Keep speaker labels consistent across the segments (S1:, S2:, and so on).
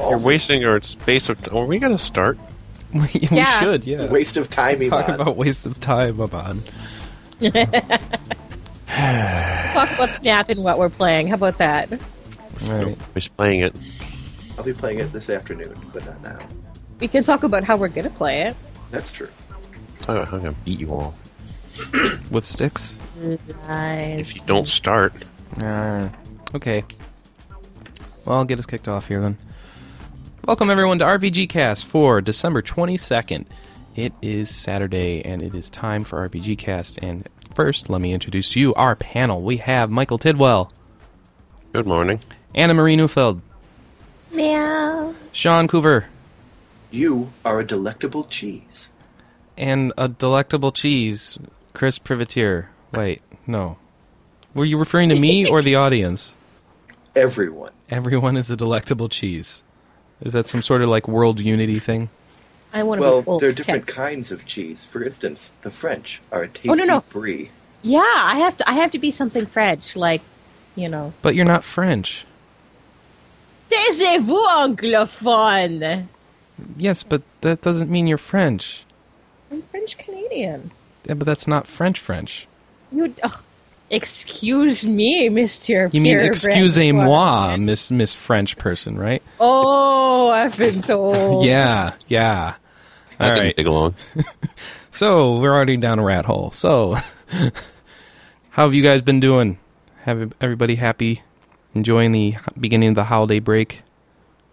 S1: Oh.
S2: You're wasting our space of. Are we gonna start?
S1: We, we
S3: Yeah.
S1: should, yeah.
S4: Waste of time,
S1: Talk
S4: Iman.
S1: about waste of time, Aban.
S3: Talk about Snap and what we're playing. How about that?
S1: Right.
S2: He's playing it.
S4: I'll be playing it this afternoon, but not now.
S3: We can talk about how we're gonna play it.
S4: That's true.
S2: I'm gonna- I'm gonna beat you all
S1: With sticks?
S2: if you don't start.
S1: Uh, okay. Well, I'll get us kicked off here then. Welcome everyone to RPG Cast for December 22nd. It is Saturday and it is time for RPG Cast. And first, let me introduce you our panel. We have Michael Tidwell,
S2: Good morning.
S1: Anna Marie Neufeld,
S3: Meow.
S1: Sean Coover,
S4: You are a delectable cheese.
S1: and a delectable cheese, Chris Privateer. Wait, no. Were you referring to me or the audience?
S4: Everyone.
S1: Everyone is a delectable cheese. Is that some sort of like world unity thing?
S3: I want to
S4: Well,
S3: be full.
S4: there are different
S3: Okay.
S4: kinds of cheese. For instance, the French are a tasty
S3: Oh, no, no.
S4: brie.
S3: Yeah, I have to. I have to be something French, like you know.
S1: But you're not French.
S3: Taisez-vous, anglophone.
S1: Yes, but that doesn't mean you're French.
S3: I'm French Canadian.
S1: Yeah, but that's not French French.
S3: You. Oh, excuse me, Mister.
S1: You mean excusez-moi, Miss Miss French person, right?
S3: Oh, I've been told.
S1: Yeah, yeah. All
S2: I didn't
S1: right.
S2: dig along.
S1: So we're already down a rat hole. So, how have you guys been doing? Have everybody happy? Enjoying the h- beginning of the holiday break?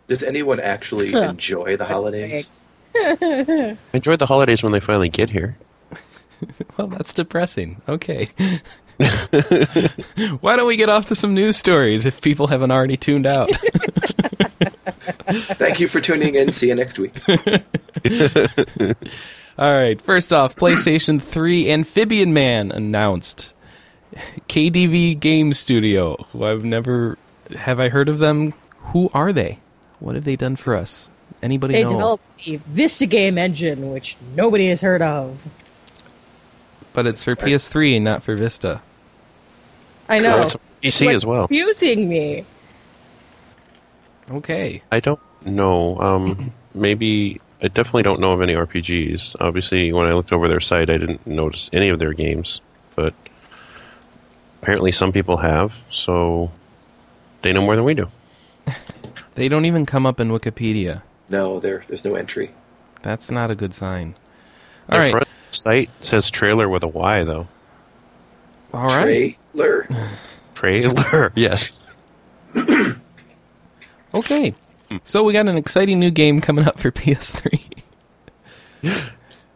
S4: Does anyone actually
S3: Huh.
S4: enjoy the holidays?
S2: Enjoy the holidays when they finally get here.
S1: Well, that's depressing. Okay. Why don't we get off to some news stories if people haven't already tuned out?
S4: Thank you for tuning in. See you next week.
S1: All right. First off, PlayStation 3 Amphibian Man announced. KDV Game Studio, who I've never have I heard of them? Who are they? What have they done for us? Anybody
S3: They
S1: know?
S3: developed the Vista Game engine, which nobody has heard of.
S1: but it's for PS3 and not for Vista.
S3: I know.
S2: Correct. PC
S3: What's
S2: as well.
S3: Confusing me.
S1: Okay.
S2: I don't know. Um, maybe I definitely don't know of any RPGs. Obviously, when I looked over their site, I didn't notice any of their games, but apparently some people have, so they know more than we do.
S1: They don't even come up in Wikipedia.
S4: No, there, there's no entry.
S1: That's not a good sign. All
S2: Their
S1: right.
S2: front site says trailer with a Y, though.
S1: All right.
S4: Trailer.
S2: Trailer, yes.
S1: Okay. So we got an exciting new game coming up for PS3.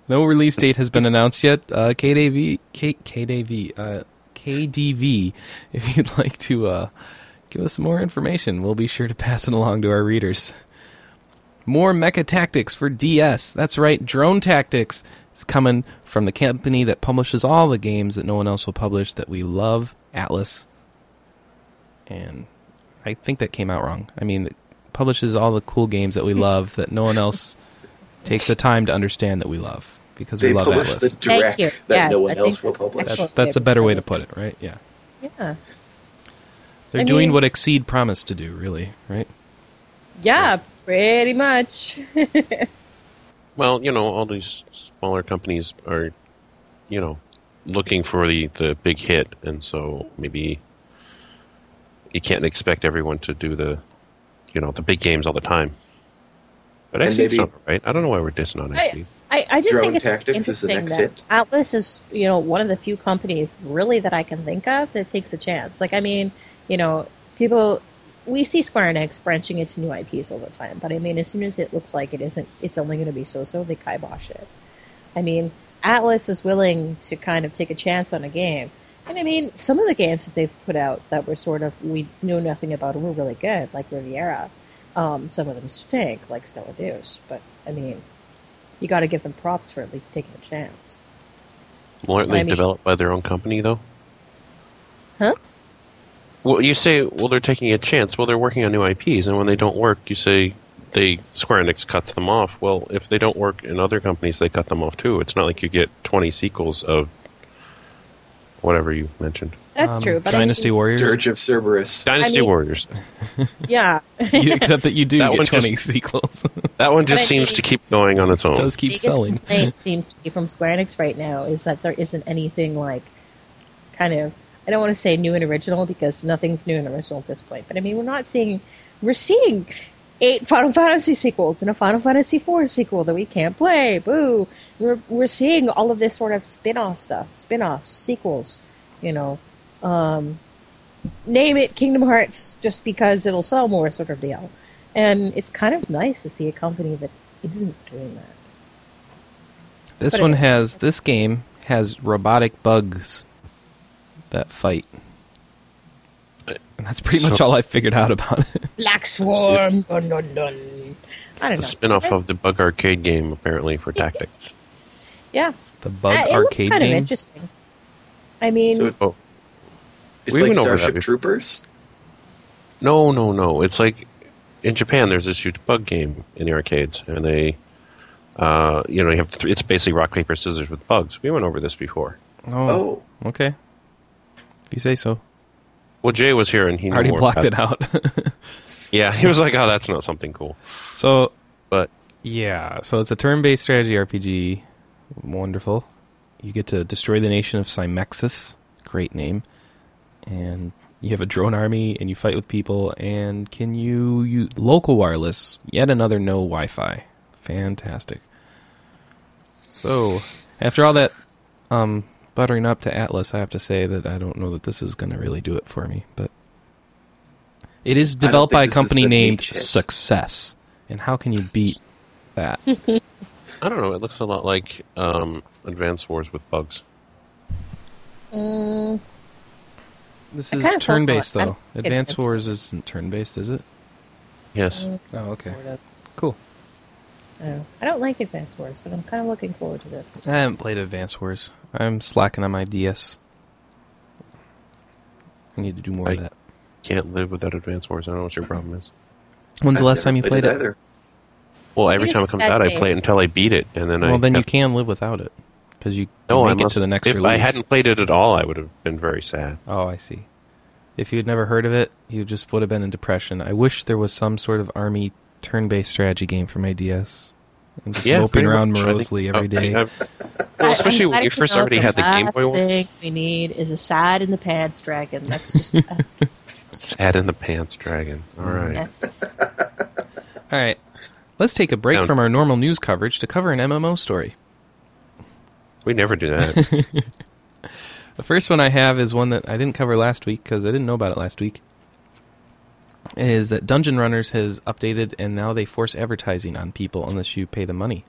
S1: no release date has been announced yet. Uh, KDV, K, KDV, uh, KDV. If you'd like to uh, give us some more information, we'll be sure to pass it along to our readers. More mecha tactics for DS. That's right, drone tactics is coming from the company that publishes all the games that no one else will publish that we love, Atlas. And I think that came out wrong. I mean, it publishes all the cool games that we love that no one else takes the time to understand that we love because
S4: They
S1: we love
S4: publish
S1: Atlas.
S4: the direct
S3: Thank you.
S4: that
S3: Yes,
S4: no
S3: I
S4: one
S3: think
S4: else will
S3: that's
S4: publish.
S3: excellent.
S1: that's that's a better way to put it, right? Yeah.
S3: Yeah.
S1: They're
S3: I
S1: doing
S3: mean-
S1: what Exceed promised to do, really, right?
S3: Yeah, pretty much.
S2: Well, you know, all these smaller companies are, you know, looking for the, the big hit, and so maybe you can't expect everyone to do the, you know, the big games all the time. But
S4: And
S2: Axie's
S4: maybe-
S2: not right. I don't know why we're dissing on E. Axie.
S3: I, I just
S4: Drone
S3: think it's
S4: tactics is the
S3: interesting
S4: next
S3: that
S4: hit.
S3: Atlas is, you know, one of the few companies really that I can think of that takes a chance. Like, I mean, you know, people, we see Square Enix branching into new IPs all the time, but I mean, as soon as it looks like it isn't, it's only going to be so-so, they kibosh it. I mean, Atlas is willing to kind of take a chance on a game. And I mean, some of the games that they've put out that were sort of, we knew nothing about and were really good, like Riviera. Um, some of them stink, like Stella Deuce, but I mean, you got to give them props for at least taking a chance.
S2: Weren't they
S3: I mean-
S2: developed by their own company, though?
S3: Huh?
S2: Well, you say, well, they're taking a chance. Well, they're working on new IPs, and when they don't work, you say they Square Enix cuts them off. Well, if they don't work in other companies, they cut them off too. It's not like you get twenty sequels of whatever you mentioned.
S3: That's
S1: Um,
S3: true. But I
S1: Dynasty
S3: mean,
S1: Warriors.
S4: Dirge of Cerberus.
S2: Dynasty
S3: mean-
S2: Warriors.
S3: yeah,
S1: You- Except that you do
S2: That
S1: get
S2: one just-
S1: 20 sequels.
S2: That one
S3: But
S2: just
S3: I
S2: seems
S3: mean-
S2: to keep going on its own.
S1: Does keep
S3: biggest
S1: selling.
S3: complaint seems to be from Square Enix right now is that there isn't anything like kind of I don't want to say new and original because nothing's new and original at this point. But I mean, we're not seeing we're seeing eight Final Fantasy sequels and a Final Fantasy IV sequel that we can't play. Boo! We're we're seeing all of this sort of spin-off stuff, spin-offs, sequels. You know, um, name it Kingdom Hearts just because it'll sell more, sort of deal. And it's kind of nice to see a company that isn't doing that.
S1: This
S3: But
S1: one
S3: it-
S1: has this game has robotic bugs that fight. And that's pretty much
S2: So-
S1: all I figured out about it.
S3: Black Swarm. Dun, dun, dun.
S2: It's
S3: I don't
S2: the
S3: know.
S2: spin-off of the Bug Arcade game, apparently, for Tactics.
S3: yeah,
S1: The bug
S3: Uh, it looks
S1: arcade
S3: kind of
S1: game.
S3: interesting. I mean,
S4: So
S2: Oh
S4: it's
S2: We
S4: like
S2: went over that
S4: Starship
S2: before.
S4: Troopers.
S2: no, no, no! It's like in Japan, there's this huge bug game in the arcades, and they, uh, you know, you have th- it's basically rock paper scissors with bugs. We went over this before.
S1: Oh,
S4: Oh,
S1: okay. If you say so.
S2: Well, Jay was here, and he
S1: I
S2: knew
S1: already
S2: more
S1: blocked
S2: about
S1: it out.
S2: Yeah, he was like, "Oh, that's not something cool."
S1: so
S2: But
S1: Yeah, so it's a turn-based strategy RPG. Wonderful. You get to destroy the nation of Cymexis. Great name. And you have a drone army, and you fight with people. And can you use local wireless? Yet another no Wi-Fi. Fantastic. So after all that um, buttering up to Atlas, I have to say that I don't know that this is going to really do it for me. But it is
S4: don't
S1: developed
S4: think
S1: by a
S4: this is
S1: company
S4: the
S1: named
S4: beachhead.
S1: Success. And how can you beat that?
S2: I don't know. It looks a lot like um, Advanced Wars with bugs.
S3: mm,
S1: This
S3: I
S1: is
S3: kind of felt
S1: turn based
S3: like-
S1: though.
S3: I'm-
S1: Advanced
S3: Advanced
S1: Wars isn't turn based, is it?
S2: Yes,
S1: Oh, okay,
S3: sort of.
S1: cool.
S3: I don't know. I don't like Advance Wars, but I'm kind of looking forward to this.
S1: I haven't played Advanced Wars. I'm slacking on my DS. I need to do more of
S2: I-
S1: that.
S2: can't live without Advanced Wars. I don't know what your problem is.
S1: When's the
S4: I've
S1: last time
S4: never
S1: you played it?
S4: Either.
S2: Well, every
S3: It is
S2: time it comes
S3: bad
S2: out, I
S3: taste.
S2: play it until I beat it, and then I.
S1: Well, then you
S2: have-
S1: can live without it because you, you
S2: No, I
S1: make it
S2: must-
S1: to the next
S2: If
S1: release.
S2: I hadn't played it at all, I would have been very sad.
S1: Oh, I see. If you had never heard of it, you just would have been in depression. I wish there was some sort of army turn-based strategy game for my DS. And just moping
S2: pretty
S1: around
S2: much. I think-
S1: morosely
S2: oh,
S1: every day.
S2: I- I- well,
S3: I-
S2: especially
S3: I'm
S2: when
S3: glad
S2: you
S3: to
S2: first
S3: know
S2: already had the Game
S3: last
S2: Boy
S3: thing
S2: ones.
S3: we need is a sad in the pants dragon. That's just that's,
S2: Sad in the pants, dragon. All right.
S3: that's
S1: All right. Let's take a break
S2: Down.
S1: from our normal news coverage to cover an MMO story.
S2: We never do that.
S1: The first one I have is one that I didn't cover last week because I didn't know about it last week. Is that Dungeon Runners has updated and now they force advertising on people unless you pay them money,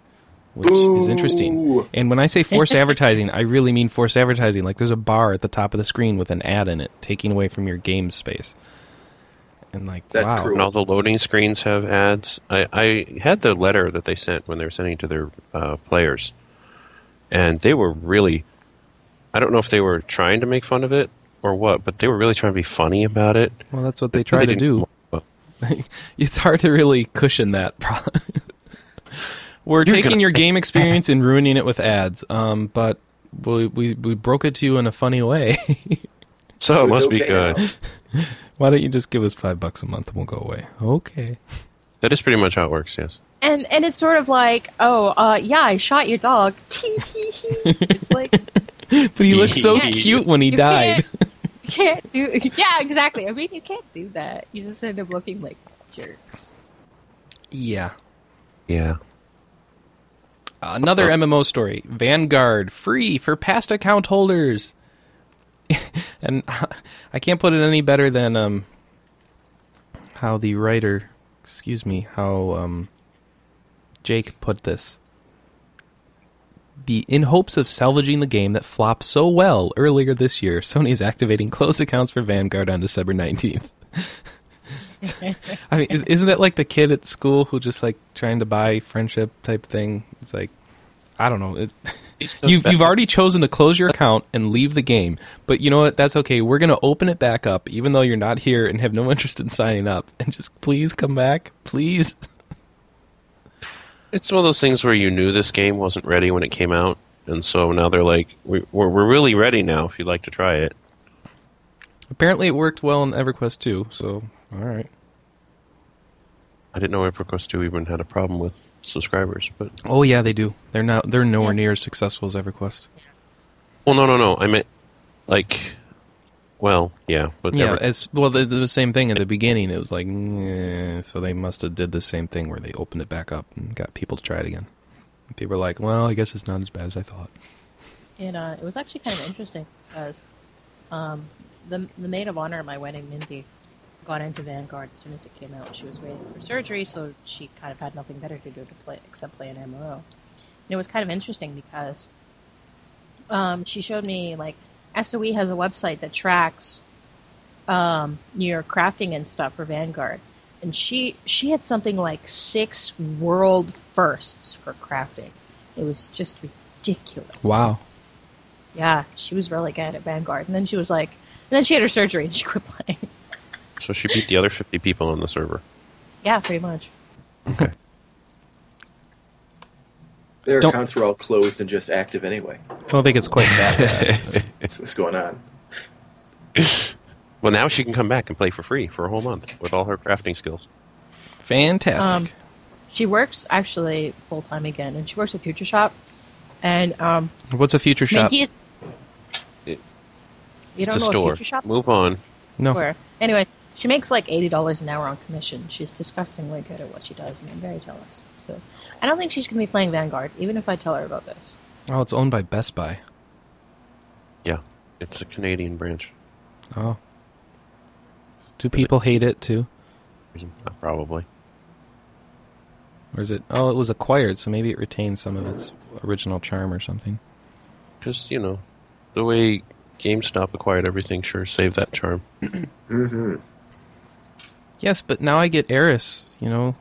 S1: which is interesting.
S4: Boo!
S1: And when I say force advertising, I really mean force advertising. Like there's a bar at the top of the screen with an ad in it, taking away from your game space. And like,
S4: That's
S1: wow,
S4: cruel.
S2: and all the loading screens have ads. I, I had the letter that they sent when they were sending it to their uh, players, and they were really. I don't know if they were trying to make fun of it or what, but they were really trying to be funny about it.
S1: well, that's what they try to
S2: didn't-
S1: do.
S2: Well,
S1: it's hard to really cushion that. pro- We're taking your game experience and ruining it with ads, um, but we, we we broke it to you in a funny way.
S2: So Oh, it
S4: was
S2: must be
S4: okay
S2: good.
S4: now.
S1: Why don't you just give us five bucks a month and we'll go away? Okay.
S2: That is pretty much how it works. Yes.
S3: and and it's sort of like oh uh, yeah I shot your dog. it's like
S1: But he looked so
S2: Yeah, you-
S1: cute when he
S3: you
S1: died.
S3: Can't, you can't do. Yeah, exactly. I mean, you can't do that. You just end up looking like jerks.
S1: Yeah.
S2: Yeah.
S1: Uh, Another MMO story. Vanguard free for past account holders. and uh, I can't put it any better than um how the writer, excuse me, how um Jake put this. The in hopes of salvaging the game that flopped so well earlier this year, Sony is activating closed accounts for Vanguard on December 19th. I mean, i- isn't that like the kid at school who just like trying to buy friendship type thing? It's like, I don't know. It, you've you've already chosen to close your account and leave the game, but you know what? That's okay. We're gonna open it back up, even though you're not here and have no interest in signing up. And just please come back, please.
S2: It's one of those things where you knew this game wasn't ready when it came out, and so now they're like, we, we're we're really ready now. If you'd like to try it,
S1: Apparently, it worked well in EverQuest 2, so all right.
S2: I didn't know EverQuest two even had a problem with subscribers, but
S1: Oh yeah, they do. They're not. They're nowhere
S3: Yes.
S1: near as successful as EverQuest.
S2: well, no, no, no. I meant like, well, yeah, but
S1: yeah,
S2: Ever-
S1: it's well the, the same thing at the beginning. It was like, "Nyeh," so they must have did the same thing where they opened it back up and got people to try it again. And people were like, well, I guess it's not as bad as I thought.
S3: And uh, it was actually kind of interesting because um, the the maid of honor at my wedding, Mindy, got into Vanguard as soon as it came out. She was waiting for surgery, so she kind of had nothing better to do to play except play an MMO. And it was kind of interesting because um, she showed me like SOE has a website that tracks um, your crafting and stuff for Vanguard, and she she had something like six world firsts for crafting. It was just ridiculous. Yeah, she was really good at Vanguard. And then she was like, and then she had her surgery and she quit playing.
S2: so she beat the other fifty people on the server.
S3: yeah, pretty much.
S4: Their
S1: Don't-
S4: accounts were all closed and just active anyway.
S1: I don't think it's quite that bad.
S4: That's what's going on.
S2: Well, now she can come back and play for free for a whole month with all her crafting skills.
S1: Fantastic.
S3: Um, She works actually full time again, and she works at Future Shop. And um,
S1: What's a future shop?
S3: Minky is.
S2: It-
S3: you don't
S2: it's a
S3: know
S2: store.
S3: what Future Shop
S2: Move on.
S1: No.
S3: Square. Anyways, she makes like eighty dollars an hour on commission. She's disgustingly good at what she does, and I'm very jealous. So, I don't think she's going to be playing Vanguard, even if I tell her about this.
S1: Oh, it's owned by Best Buy.
S2: Yeah, it's a Canadian branch.
S1: Oh. Do people hate it too?
S2: Probably.
S1: Or is it? Oh, it was acquired, so maybe it retains some of its original charm or something.
S2: Because, you know, the way GameStop acquired everything sure saved that charm.
S1: Yes, but now I get Eris, you know,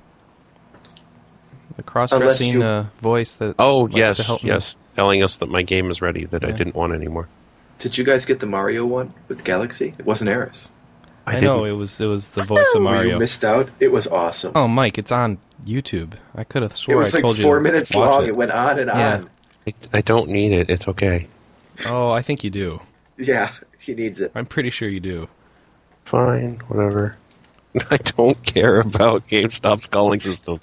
S1: the cross-dressing
S4: you-
S1: uh, voice that.
S2: Oh,
S1: likes to
S2: yes,
S1: help me.
S2: yes. Telling us that my game is ready that I
S1: Yeah.
S2: didn't want anymore.
S4: Did you guys get the Mario one with Galaxy? It wasn't Eris.
S1: I,
S2: didn't.
S1: know it was it was the voice of
S4: Where
S1: Mario.
S4: Oh, you missed out. It was awesome.
S1: oh, Mike, it's on YouTube. I could have
S4: it
S1: sworn
S4: was
S1: I
S4: like
S1: told you.
S4: four
S1: to
S4: minutes
S1: watch
S4: long.
S1: it.
S4: It. went on and
S1: Yeah.
S4: on.
S2: I, I don't need it. It's okay.
S1: Oh, I think you do.
S4: Yeah, he needs it.
S1: I'm pretty sure you do.
S2: Fine, whatever. I don't care about GameStop's calling system.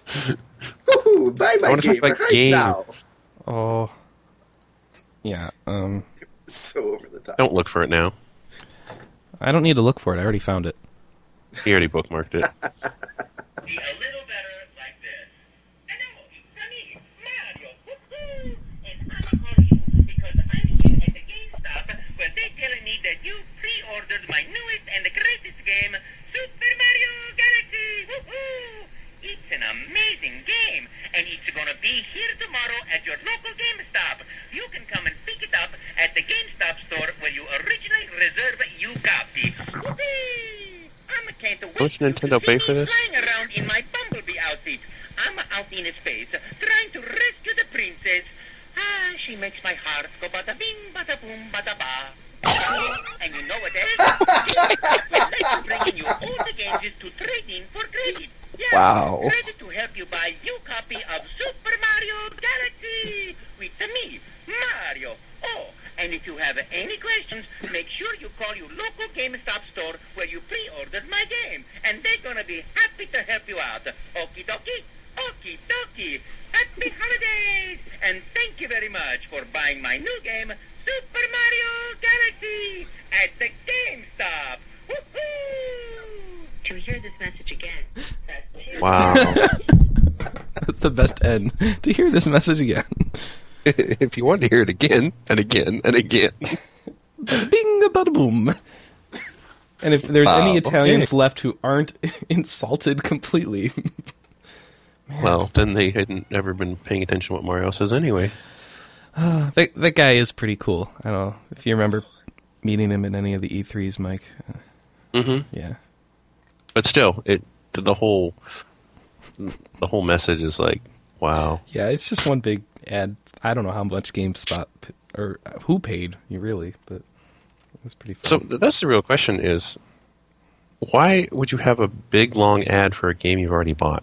S4: Woohoo! Buy
S2: I
S4: my
S2: wanna talk
S4: game
S2: about
S4: right
S2: games.
S4: now.
S1: Oh, yeah. Um,
S4: So over the top.
S2: Don't look for it now.
S1: I don't need to look for it. I already found it.
S2: He already bookmarked it.
S5: a little better like this. And now, Sunny, Mario, woohoo! And I'm calling you because I'm here at the GameStop where they're telling me that you pre-ordered my newest and greatest game, Super Mario Galaxy, woohoo! It's an amazing game, and it's gonna be here tomorrow at your local GameStop. You can come and pick it up at the GameStop store where you originally reserve your copy. Whoopee! I'm can't wait
S2: Don't
S5: to
S2: Nintendo
S5: see
S2: pay
S5: me
S2: for this?
S5: flying around in my bumblebee outfit. I'm out in space trying to rescue the princess. Ah, she makes my heart go bada bing, bada boom, bada ba. and you know what else? I'd like to bring in you all the games to trade in for credit. Yes,
S1: Wow.
S5: Credit to help you buy your copy of Super Mario Galaxy with me, Mario. Oh, and if you have any questions, make sure you call your local GameStop store where you pre-ordered my game, and they're gonna be happy to help you out. Okie dokie, okie dokie. Happy holidays, and thank you very much for buying my new game, Super Mario Galaxy, at the GameStop. Woohoo!
S6: To hear this message again, press 2.
S2: Wow.
S1: That's the best end to hear this message again.
S2: if you want to hear it again and again and again.
S1: Bing bada boom. And if there's
S2: Wow,
S1: any Italians
S2: okay.
S1: left who aren't insulted completely,
S2: Well, then they hadn't ever been paying attention to what Mario says anyway.
S1: that that guy is pretty cool. I don't know if you remember meeting him in any of the E3s, Mike.
S2: Mm-hmm.
S1: Yeah,
S2: But still, it the whole the whole message is like, wow.
S1: yeah. It's just one big ad. I don't know how much GameSpot p- or who paid you really, but it was pretty fun.
S2: So th- that's the real question: is why would you have a big long ad for a game you've already bought?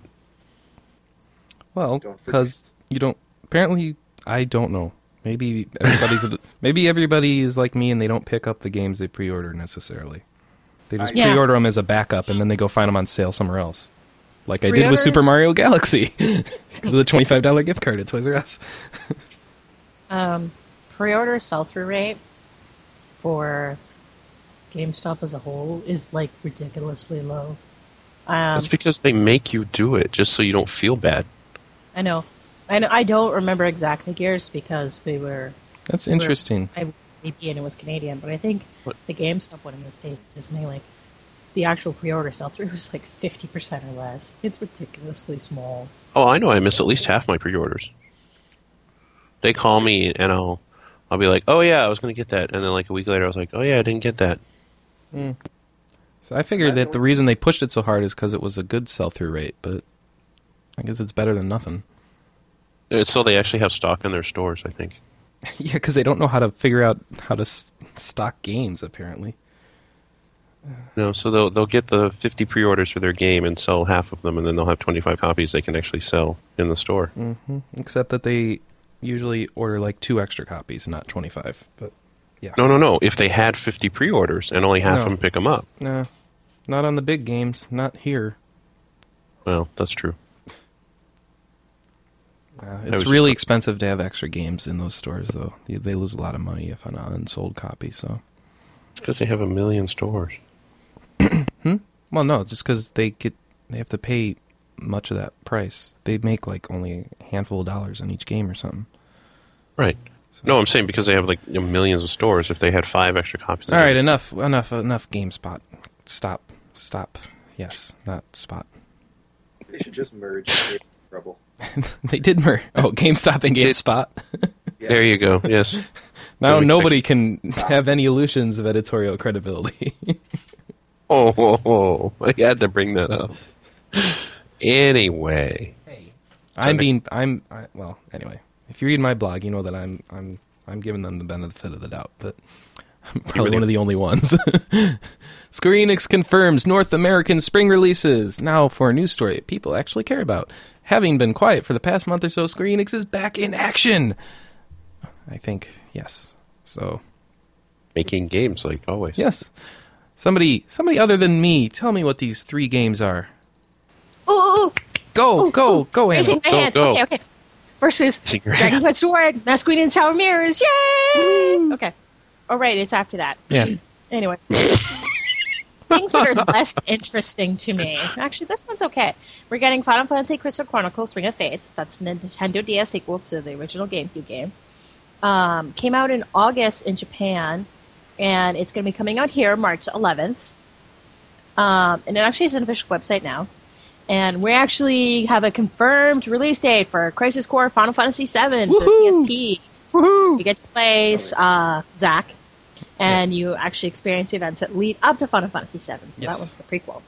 S1: well,
S4: Don't forget.
S1: because you don't. Apparently, I don't know. Maybe everybody's maybe everybody is like me and they don't pick up the games they pre-order necessarily. They just
S3: I- Yeah.
S1: pre-order them as a backup and then they go find them on sale somewhere else. Like I did with
S3: Pre-orders-
S1: Super Mario Galaxy because of the twenty-five dollar gift card at Toys R Us.
S3: Um, pre-order sell-through rate for GameStop as a whole is like ridiculously low. Um,
S2: It's because they make you do it just so you don't feel bad.
S3: I know, I know. I don't remember exactly gears because we were
S1: That's interesting.
S3: I was AP and it was Canadian, but I think
S2: What?
S3: the GameStop one in the states is something like the actual pre-order sell-through was like fifty percent or less. It's ridiculously small.
S2: Oh, I know I miss at least half my pre-orders. They call me and I'll I'll be like, "Oh yeah, I was going to get that." And then like a week later I was like, "Oh yeah, I didn't get that."
S1: So I figured that the reason they pushed it so hard is because it was a good sell-through rate, but I guess it's better than nothing.
S2: It's Uh, so they actually have stock in their stores, I think.
S1: yeah, because they don't know how to figure out how to s- stock games apparently.
S2: No, so they'll they'll get the 50 pre-orders for their game and sell half of them and then they'll have 25 copies they can actually sell in the store.
S1: Mm. Except that they usually order like two extra copies, not 25. But
S2: No, no, no. If they had 50 pre-orders and only half
S1: No.
S2: of them pick them up.
S1: nah, not on the big games, not here.
S2: Well, that's true.
S1: Uh,
S2: was
S1: it's
S2: just
S1: really
S2: cl-
S1: expensive to have extra games in those stores, though. They, they lose a lot of money if an unsold copy. So,
S2: It's because they have a million stores.
S1: well, no, just because they get they have to pay much of that price. They make like only a handful of dollars on each game or something.
S2: Right. No, I'm saying because they have like you know, millions of stores. If they had five extra copies,
S1: All right, enough, enough, enough. GameSpot, stop, stop. Yes, not spot.
S4: They should just merge. and create Trouble.
S1: they did merge. Oh, GameStop and GameSpot.
S4: Yeah.
S2: there you go. Yes.
S1: Now
S2: Really
S1: nobody
S2: fixed.
S1: can have any illusions of editorial credibility.
S2: Oh, ho, ho. I had to bring that up. Anyway,
S1: I'm being I'm I, well anyway. If you read my blog, you know that I'm I'm I'm giving them the benefit of the doubt, but I'm probably
S2: really-
S1: one of the only ones. Square Enix confirms North American spring releases. Now for a news story that people actually care about. Having been quiet for the past month or so, Square Enix is back in action. I think yes. So
S2: making games like always.
S1: yes, somebody somebody other than me, tell me what these three games are.
S3: Ooh, ooh, ooh.
S1: Go,
S3: Ooh,
S1: go,
S3: ooh.
S1: go, Anna.
S3: Raising my
S2: Go,
S3: hand.
S2: go.
S3: Okay, okay. Versus
S2: Raising your
S3: Dragon
S2: hand.
S3: Quest Sword, Masquerade and Tower Mirrors. Yay! Okay. All right, it's after that.
S1: Yeah.
S3: Anyways. Things that are less interesting to me. Actually, this one's okay. We're getting Final Fantasy Crystal Chronicles Ring of Fates. That's the Nintendo DS sequel to the original GameCube game. Um, came out in August in Japan, and it's going to be coming out here March 11th. Um, and it actually is an official website now. And we actually have a confirmed release date for Crisis Core Final Fantasy VII for
S1: Woohoo!
S3: PSP. You get to play uh, Zack, and you actually experience events that lead up to Final Fantasy VII. So
S1: Yes.
S3: that one's the prequel.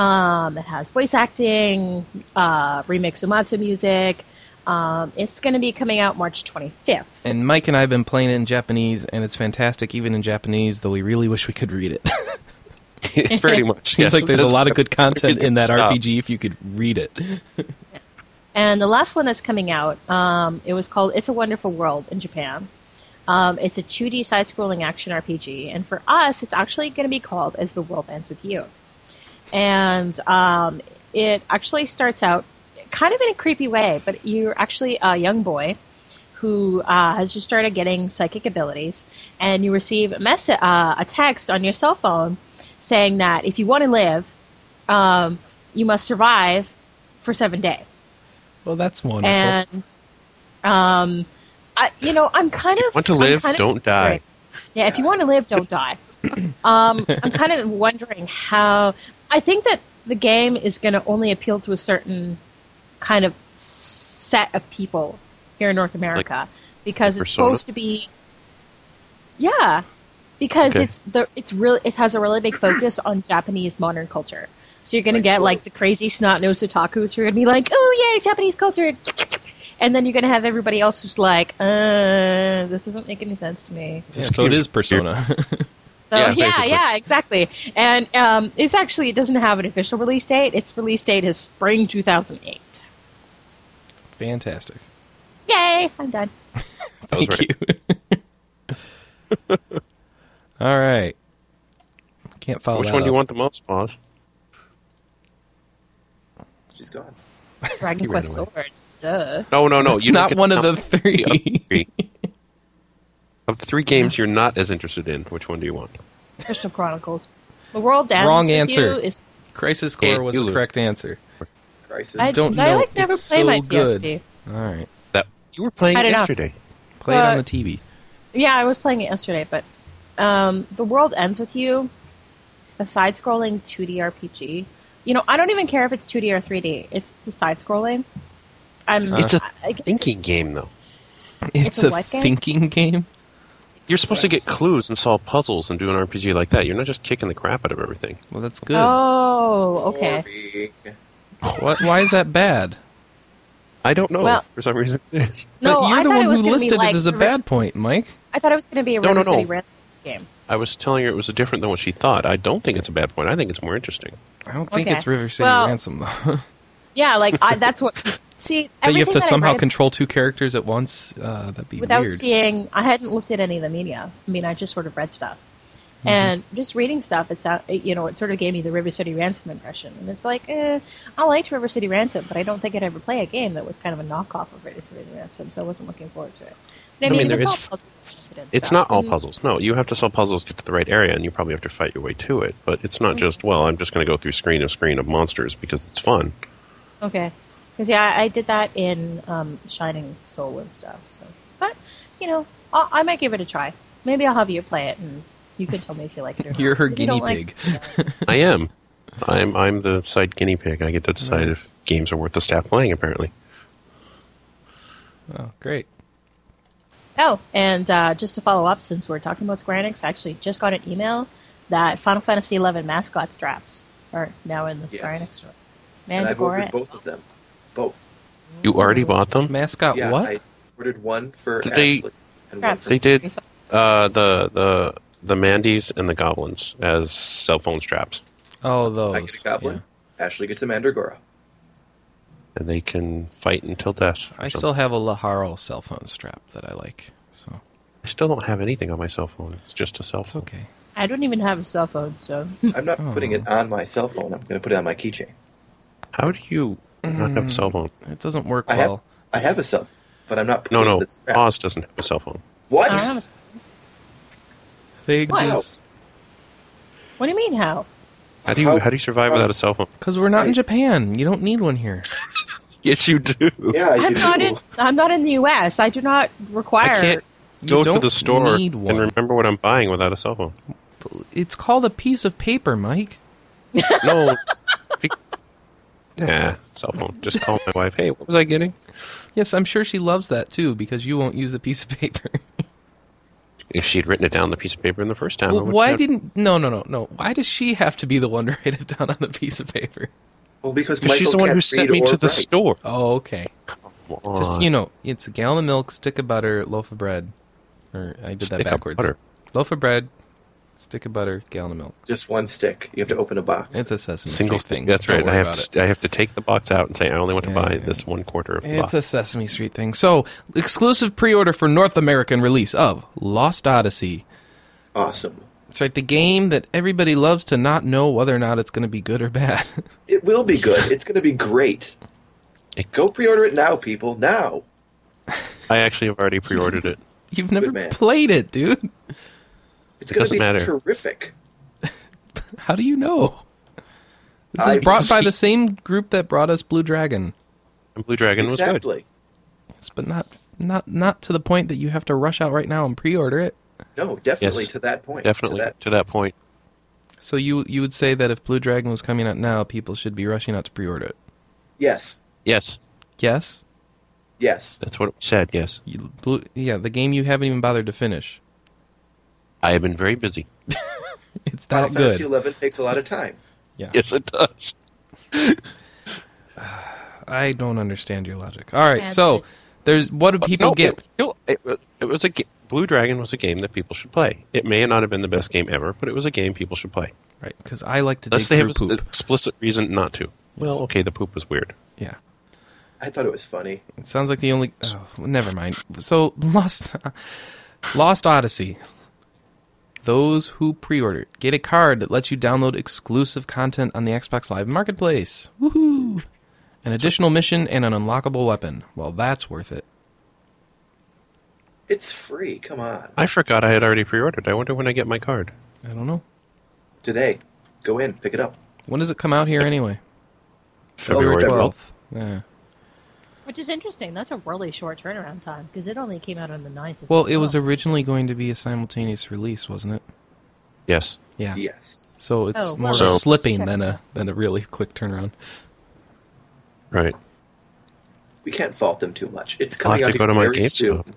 S3: Um, it has voice acting, uh, remix Umatsu music. Um, it's going to be coming out March 25th.
S1: And Mike and I have been playing it in Japanese, and it's fantastic, even in Japanese, though we really wish we could read it.
S2: Pretty much. yes.
S1: Seems like there's a
S2: That's-
S1: lot of good content in that
S2: Stop.
S1: RPG if you could read it.
S3: And the last one that's coming out, um, it was called It's a Wonderful World in Japan. Um, it's a 2D side scrolling action RPG, and for us, it's actually going to be called As the World Ends With You. And um, it actually starts out kind of in a creepy way, but you're actually a young boy who uh, has just started getting psychic abilities, and you receive a, mess- uh, a text on your cell phone saying that if you want to live, um, you must survive for seven days
S1: Well, that's wonderful.
S3: and um, I, you know, I'm kind
S2: If you
S3: of
S2: want to
S3: I'm
S2: live,
S3: kind of-
S2: don't die.
S3: Yeah, if you want to live, don't die. Um, I'm kind of wondering how. I think that the game is going to only appeal to a certain kind of set of people here in North America because it's
S2: Persona?
S3: supposed to be. Yeah, because
S2: Okay.
S3: it's the it's really it has a really big focus on Japanese modern culture. So you're gonna
S4: Like
S3: get
S4: what?
S3: like the crazy snot nosed otakus who are gonna be like, "Oh yay, Japanese culture," and then you're gonna have everybody else who's like, "Uh, this doesn't make any sense to me."
S1: Yeah, so it is Persona.
S3: So
S2: Yeah,
S3: yeah, yeah,
S2: basically.
S3: exactly. And um, it's actually it doesn't have an official release date. Its release date is spring 2008.
S1: fantastic.
S3: Yay! I'm done.
S2: was
S1: Thank you. All right. Can't follow
S2: Which
S1: that
S2: one do you
S1: up.
S2: want the most, Boss?
S4: She's gone.
S3: Dragon
S2: You ran
S3: Quest
S2: away.
S3: Swords, duh.
S2: No, no, no.
S1: It's
S2: you don't
S1: not
S2: get to
S1: one of
S2: tell
S1: the three.
S2: three. Of the three games you're not as interested in, which one do you want?
S3: Crystal Chronicles. The world down
S1: Wrong
S3: with
S1: answer.
S3: you is
S1: Crisis Core
S2: Yeah,
S1: was
S2: you
S1: the
S2: lose.
S1: correct answer.
S4: Crisis.
S3: I
S1: don't
S3: I
S1: know.
S3: like never
S1: It's
S3: play
S1: so
S3: my
S1: good.
S3: PSP.
S1: All right.
S2: That you were playing
S3: I don't know.
S2: yesterday.
S1: Play it on the
S3: But-
S1: TV.
S3: Yeah, I was playing it yesterday, but um, the world ends with you. A side-scrolling 2D RPG. You know, I don't even care if it's 2D or 3D. It's the side-scrolling. I'm.
S2: It's a
S3: I- I guess
S2: thinking game, though.
S1: It's,
S3: a
S1: a,
S3: what game?
S1: thinking game.
S2: You're supposed to get clues and solve puzzles and do an RPG like that. You're not just kicking the crap out of everything.
S1: Well, that's good.
S3: Oh, okay.
S4: Boring.
S1: What? Why is that bad?
S2: I don't know
S3: Well-
S2: for some reason. it is.
S1: but
S3: No, I
S1: you're the
S3: thought
S1: one
S3: it was
S1: who
S3: gonna
S1: listed
S3: be like
S1: it as a
S3: River-
S1: bad point, Mike.
S3: I thought it was going to be a
S2: No,
S3: River
S2: no, no.
S3: City Ransom game.
S2: I was telling her it was different than what she thought. I don't think it's a bad point. I think it's more interesting.
S1: I don't think
S3: Okay.
S1: it's River City
S3: Well-
S1: Ransom though.
S3: Yeah, like I, that's what.
S1: that you
S3: See,
S1: have
S3: everything
S1: to
S3: that I
S1: somehow
S3: read
S1: control two characters at once. Uh, that'd be
S3: without
S1: weird.
S3: seeing. I hadn't looked at any of the media. I mean, I just sort of read stuff, and just reading stuff. It's out- it, you know, it sort of gave me the River City Ransom impression, and it's like, eh, I liked River City Ransom, but I don't think I'd ever play a game that was kind of a knockoff of River City Ransom, so I wasn't looking forward to it. But, I,
S2: I
S3: mean,
S2: mean, there
S3: it's
S2: is-
S3: all puzzles. and
S2: It's
S3: stuff.
S2: not all
S3: Mm,
S1: Mm-hmm.
S2: puzzles. No, you have to solve puzzles, get to the right area, and you probably have to fight your way to it. But it's
S1: Mm-hmm.
S2: not just, well, I'm just going to go through screen of screen of monsters because it's fun.
S3: Mm, Okay, because yeah, I- I did that in um, Shining Soul and stuff. So, but you know, I'll, I might give it a try. Maybe I'll have you play it, and you can tell me if you like it or not.
S1: You're her
S3: 'Cause if you don't
S1: guinea
S3: like-
S2: I am. I'm I'm the side guinea pig. I get to decide
S1: Nice.
S2: if games are worth the staff playing. Apparently,
S1: Oh, great.
S3: Oh, and uh, just to follow up, since we're talking about Square Enix, I actually just got an email that Final Fantasy XI mascot straps are now in the Square
S4: Yes.
S3: Enix store.
S4: And I've
S3: Mandagora.
S4: ordered both of them. Both.
S1: Mm-hmm.
S2: you already bought them.
S1: Mascot
S4: yeah,
S1: Uh, what?
S4: I ordered one for
S2: Did they-
S4: Ashley and one
S3: Straps.
S4: for
S2: They did
S3: Yes.
S2: uh, the the the Mandy's and the Goblins as cell phone straps,
S1: Oh, those.
S4: I get a goblin. Ashley gets a Mandragora.
S2: and they can fight until death.
S1: Yeah. I
S2: So-
S1: still have a Laharo cell phone strap that I like, so
S2: I still don't have anything on my cell phone. It's just a cell
S4: Oh.
S1: it's
S2: phone.
S1: okay.
S3: I don't even have a cell phone, so
S4: I'm not
S1: Oh.
S4: putting it on my cell phone. I'm going to put it on my keychain.
S2: How do you not have a cell phone?
S1: It doesn't work
S4: I have-
S1: well.
S4: I have a cell phone, but I'm not
S2: No,
S4: putting
S2: no.
S4: the strap.
S2: Oz doesn't have a cell phone.
S3: I
S4: What?
S3: don't have a.
S1: They
S3: What?
S1: exist
S3: What do you mean how?
S2: How do you
S4: How-
S2: how, do you survive
S4: how-
S2: without a cell phone?
S1: because we're not in
S4: I-
S1: Japan. You don't need one here.
S2: Yes, you do.
S4: Yeah, I
S3: I'm
S4: do.
S3: not in. I'm not in the U.S. I do not require.
S2: I can't
S1: You
S2: go to
S1: don't
S2: the store
S1: need
S2: and
S1: one.
S2: remember what I'm buying without a cell phone.
S1: It's called a piece of paper, Mike.
S2: No. Be- nah, cell phone. Just call my wife. Hey, what was I getting?
S1: Yes, I'm sure she loves that too because you won't use the piece of paper.
S2: If she'd written it down on the piece of paper in the first time, I
S1: well,
S2: would've
S1: why
S2: had-
S1: didn't? No, no, no, no. Why does she have to be the one to write it down on the piece of paper?
S4: Well, because
S2: 'Cause she's
S4: Michael
S2: the one
S4: can't
S2: who
S4: read
S2: sent me
S4: or
S2: to the
S4: write.
S2: store.
S1: Oh, okay.
S2: Come on.
S1: Just you know, it's a gallon of milk, stick of butter, loaf of bread. Or I did that
S2: Stick of
S1: backwards.
S2: butter.
S1: Loaf of bread, stick of butter, gallon of milk.
S4: Just one stick. You have to open a box.
S1: It's a Sesame
S2: single
S1: Street thing.
S2: thing. That's
S1: Don't
S2: right.
S1: worry
S2: I have
S1: about
S2: to,
S1: it.
S2: st- I have to take the box out and say I only want to
S1: Yeah,
S2: buy
S1: yeah.
S2: this one quarter of the
S1: It's
S2: box.
S1: a Sesame Street thing. So, exclusive pre-order for North American release of Lost Odyssey.
S4: Awesome.
S1: It's right, the game that everybody loves to not know whether or not it's going to be good or bad.
S4: It will be good. It's going to be great. Go pre-order it now, people. Now.
S2: I actually have already pre-ordered it.
S1: You've never
S4: man.
S1: played it, dude.
S4: It's
S2: It
S4: going to
S2: doesn't
S4: be
S2: matter.
S4: terrific.
S1: How do you know? This
S4: I-
S1: is brought by the same group that brought us Blue Dragon,
S2: And Blue Dragon was good.
S4: exactly.
S1: It's- but not not not to the point that you have to rush out right now and pre-order it.
S4: No, definitely
S2: Yes.
S4: to that point.
S2: Definitely
S4: To that.
S2: point.
S1: So you you would say that if Blue Dragon was coming out now, people should be rushing out to pre-order it.
S4: Yes.
S2: Yes,
S1: Yes,
S4: Yes.
S2: that's what it said. Yes,
S1: you, Blue, yeah, the game you haven't even bothered to finish.
S2: I have been very busy.
S1: It's
S4: Final
S1: that good.
S4: Fantasy Eleven takes a lot of time.
S2: Yes, it does.
S1: I don't understand your logic. All right,
S3: Yeah,
S1: so
S3: it's-
S1: there's what do people
S2: No,
S1: get?
S2: It, no, it, wa- it was a ga- Blue Dragon was a game that people should play. It may not have been the best game ever, but it was a game people should play.
S1: Right, because I like to
S2: Unless
S1: dig
S2: they have
S1: through
S2: an
S1: poop.
S2: explicit reason not to. Well, okay, the poop was weird.
S1: yeah,
S4: I thought it was funny.
S1: It sounds like the only. Oh, never mind. So Lost, Lost Odyssey. Those who pre-order get a card that lets you download exclusive content on the Xbox Live Marketplace. Woohoo! An additional mission and an unlockable weapon. Well, that's worth it.
S4: It's free. Come on.
S2: I forgot I had already pre-ordered. I wonder when I get my card.
S1: I don't know.
S4: Today, go in, pick it up.
S1: When does it come out here anyway?
S2: February
S4: February
S2: twelfth.
S1: Twelfth. Yeah.
S3: Which is interesting. That's a really short turnaround time because it only came out on the 9th. Of
S1: Well,
S3: this
S1: it was
S3: month.
S1: originally going to be a simultaneous release, wasn't it?
S2: Yes.
S1: Yeah.
S4: Yes.
S1: So it's
S3: Oh,
S1: more
S3: well,
S1: of a
S2: So-
S1: slipping than a than a really quick turnaround.
S2: Right.
S4: We can't fault them too much. It's
S2: I'll have
S4: coming
S2: to go
S4: out
S2: to my
S4: very
S2: GameStop.
S4: soon.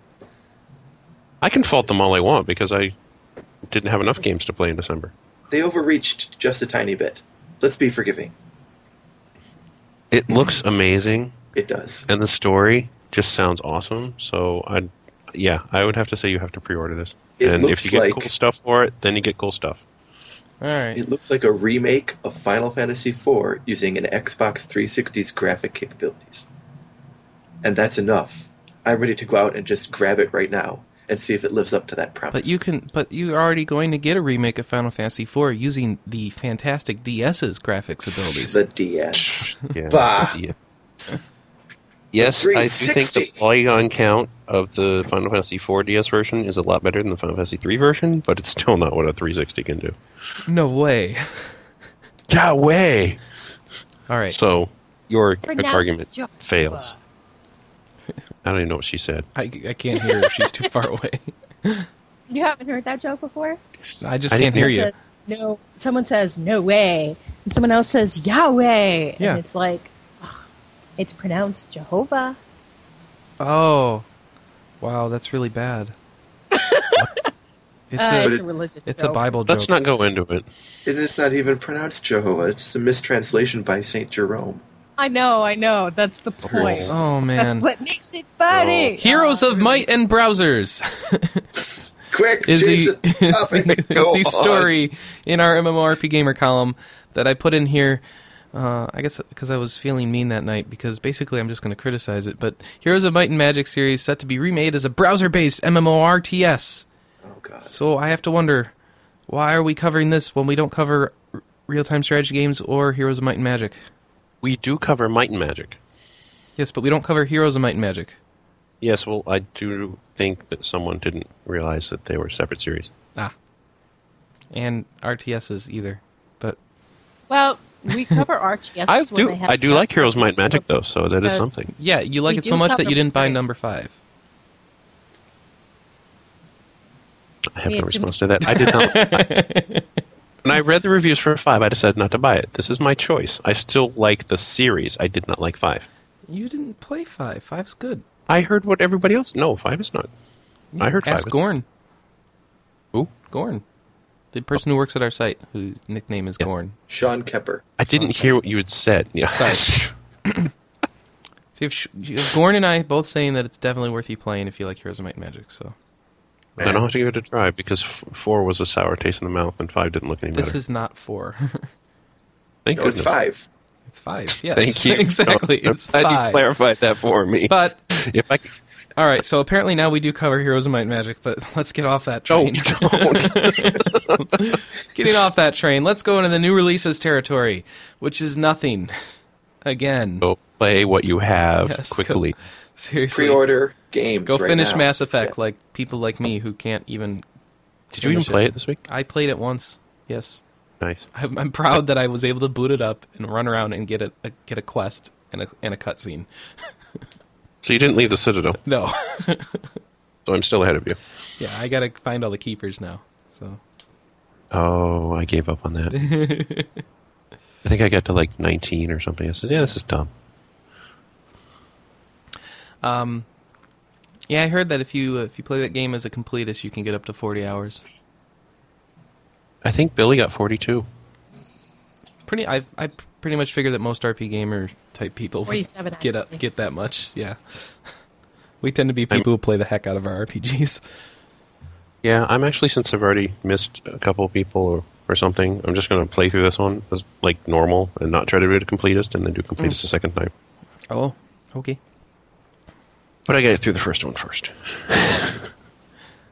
S2: I can fault them all I want because I didn't have enough games to play in December.
S4: They overreached just a tiny bit. Let's be forgiving.
S2: It looks amazing,
S4: It does.
S2: and the story just sounds awesome. So I, yeah, I would have to say you have to pre-order this.
S4: It
S2: and if
S4: looks
S2: you get
S4: like-
S2: cool stuff for it, then you get cool stuff.
S1: All right.
S4: It looks like a remake of Final Fantasy IV using an Xbox 360's graphic capabilities. And that's enough. I'm ready to go out and just grab it right now and see if it lives up to that promise.
S1: But you can. But you're already going to get a remake of Final Fantasy IV using the fantastic DS's graphics abilities.
S4: the DS.
S2: Yeah.
S4: Bah.
S2: Yeah. Yes, I do think
S4: 360.
S2: the polygon count of the Final Fantasy IV DS version is a lot better than the Final Fantasy III version, but it's still not what a 360 can do.
S1: no way.
S2: That way.
S1: All right.
S2: So your
S3: Pronounced
S2: argument
S3: Jehovah.
S2: fails. I don't even know what she said.
S1: I, I can't hear if she's too far away.
S3: You haven't heard that joke before?
S1: I just
S2: I
S1: can't
S2: didn't
S1: hear
S2: hear
S1: you.
S3: Someone says, no, someone says no way, and someone else says Yahweh,
S1: Yeah.
S3: and it's like it's pronounced Jehovah.
S1: Oh, wow, that's really bad. it's
S3: Uh,
S1: a
S3: it's
S4: But
S3: a
S4: it-
S3: religious.
S1: it's a
S3: joke.
S1: Bible joke.
S2: Let's not go into it.
S4: It is not even pronounced Jehovah. It's just a mistranslation by St. Jerome.
S3: I know, I know. That's the point.
S1: Oh man.
S3: That's what makes it funny.
S1: Heroes
S3: Oh,
S1: of Might and Browsers
S4: Quick,
S1: is
S4: change
S1: the,
S4: the topic.
S1: is the,
S4: Go on.
S1: is the story in our MMORP Gamer column that I put in here. Uh, I guess because I was feeling mean that night, because basically I'm just going to criticize it. But Heroes of Might and Magic series set to be remade as a browser-based MMORTS.
S4: Oh, God.
S1: So I have to wonder, why are we covering this when we don't cover r- real-time strategy games or Heroes of Might and Magic?
S2: We do cover Might and Magic.
S1: Yes, but we don't cover Heroes of Might and Magic.
S2: Yes, well, I do think that someone didn't realize that they were separate series.
S1: Ah. And RTSs either. But
S3: Well, we cover Arch. Yes,
S2: I
S3: when
S2: do.
S3: They have
S2: I do like Heroes of Might and Magic though, so that is
S3: Because-
S2: something.
S1: yeah, you like
S3: We
S1: it so
S3: do
S1: much that
S3: cover
S1: you didn't buy
S3: Might.
S1: number five.
S2: I have
S3: Yeah,
S2: no
S3: it's-
S2: response to that. I did not. when I read the reviews for five, I decided not to buy it. This is my choice. I still like the series. I did not like five.
S1: You didn't play five. Five's good.
S2: I heard what everybody else. No, five is not. I heard
S1: Ask
S2: five.
S1: Gorn.
S2: Who?
S1: Gorn. The person who works at our site, whose nickname is
S2: Yes.
S1: Gorn.
S4: Sean Kepper.
S2: I didn't hear what you had said. Yeah.
S1: See, if, sh- if Gorn and I both saying that it's definitely worth you playing if you like Heroes of Might and Magic, so.
S2: then I'll have to give it a try because f- four was a sour taste in the mouth and five didn't look any
S1: This
S2: better.
S1: is not four.
S2: Thank
S4: No, it's
S2: goodness.
S4: five.
S1: it's five, yes.
S2: Thank you.
S1: exactly.
S2: I'm
S1: It's
S2: glad you
S1: five.
S2: clarified that for me.
S1: But,
S2: if I
S1: all right, so apparently now we do cover Heroes of Might and Magic, but let's get off that
S2: no,
S1: train.
S2: we don't.
S1: Getting off that train, let's go into the new releases territory, which is nothing. Again,
S2: Go play what you have
S1: Yes, go-
S2: quickly.
S1: seriously,
S4: Pre-order games
S1: go
S4: right
S1: finish
S4: now.
S1: Mass Effect,
S4: That's it.
S1: like people like me who can't even.
S2: Did you even
S1: finish
S2: play it this week?
S1: I played it once. Yes,
S2: Nice.
S1: I'm, I'm proud that I was able to boot it up and run around and get a, a get a quest and a and a cutscene.
S2: So you didn't leave the Citadel.
S1: No,
S2: So I'm still ahead of you.
S1: yeah, I gotta find all the keepers now. So
S2: Oh, I gave up on that. I think I got to like 19 or something. I said, yeah, this is dumb.
S1: yeah, I heard that if you if you play that game as a completist, you can get up to forty hours.
S2: I think Billy got 42.
S1: pretty I I pretty much figure that most RP gamer type people
S3: 47
S1: get up
S3: actually.
S1: get that much. Yeah. We tend to be people who play the heck out of our RPGs.
S2: Yeah, I'm actually, since I've already missed a couple people or, or something, I'm just going to play through this one as like normal and not try to do a completist and then do completist a second time.
S1: Oh, Okay.
S2: But I got it through the first one first.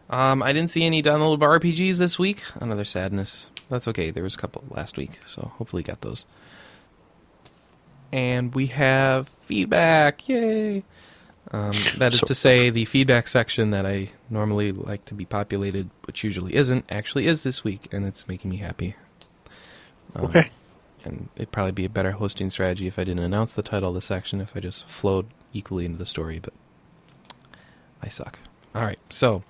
S1: Um, I didn't see any downloadable RPGs this week. Another sadness. That's okay. There was a couple last week, so hopefully you got those. And we have feedback. Yay! Um, that is
S2: So-
S1: to say, the feedback section that I normally like to be populated, which usually isn't, actually is this week, and it's making me happy. Um,
S2: Okay.
S1: And it'd probably be a better hosting strategy if I didn't announce the title of the section, if I just flowed equally into the story, but I suck. All right, so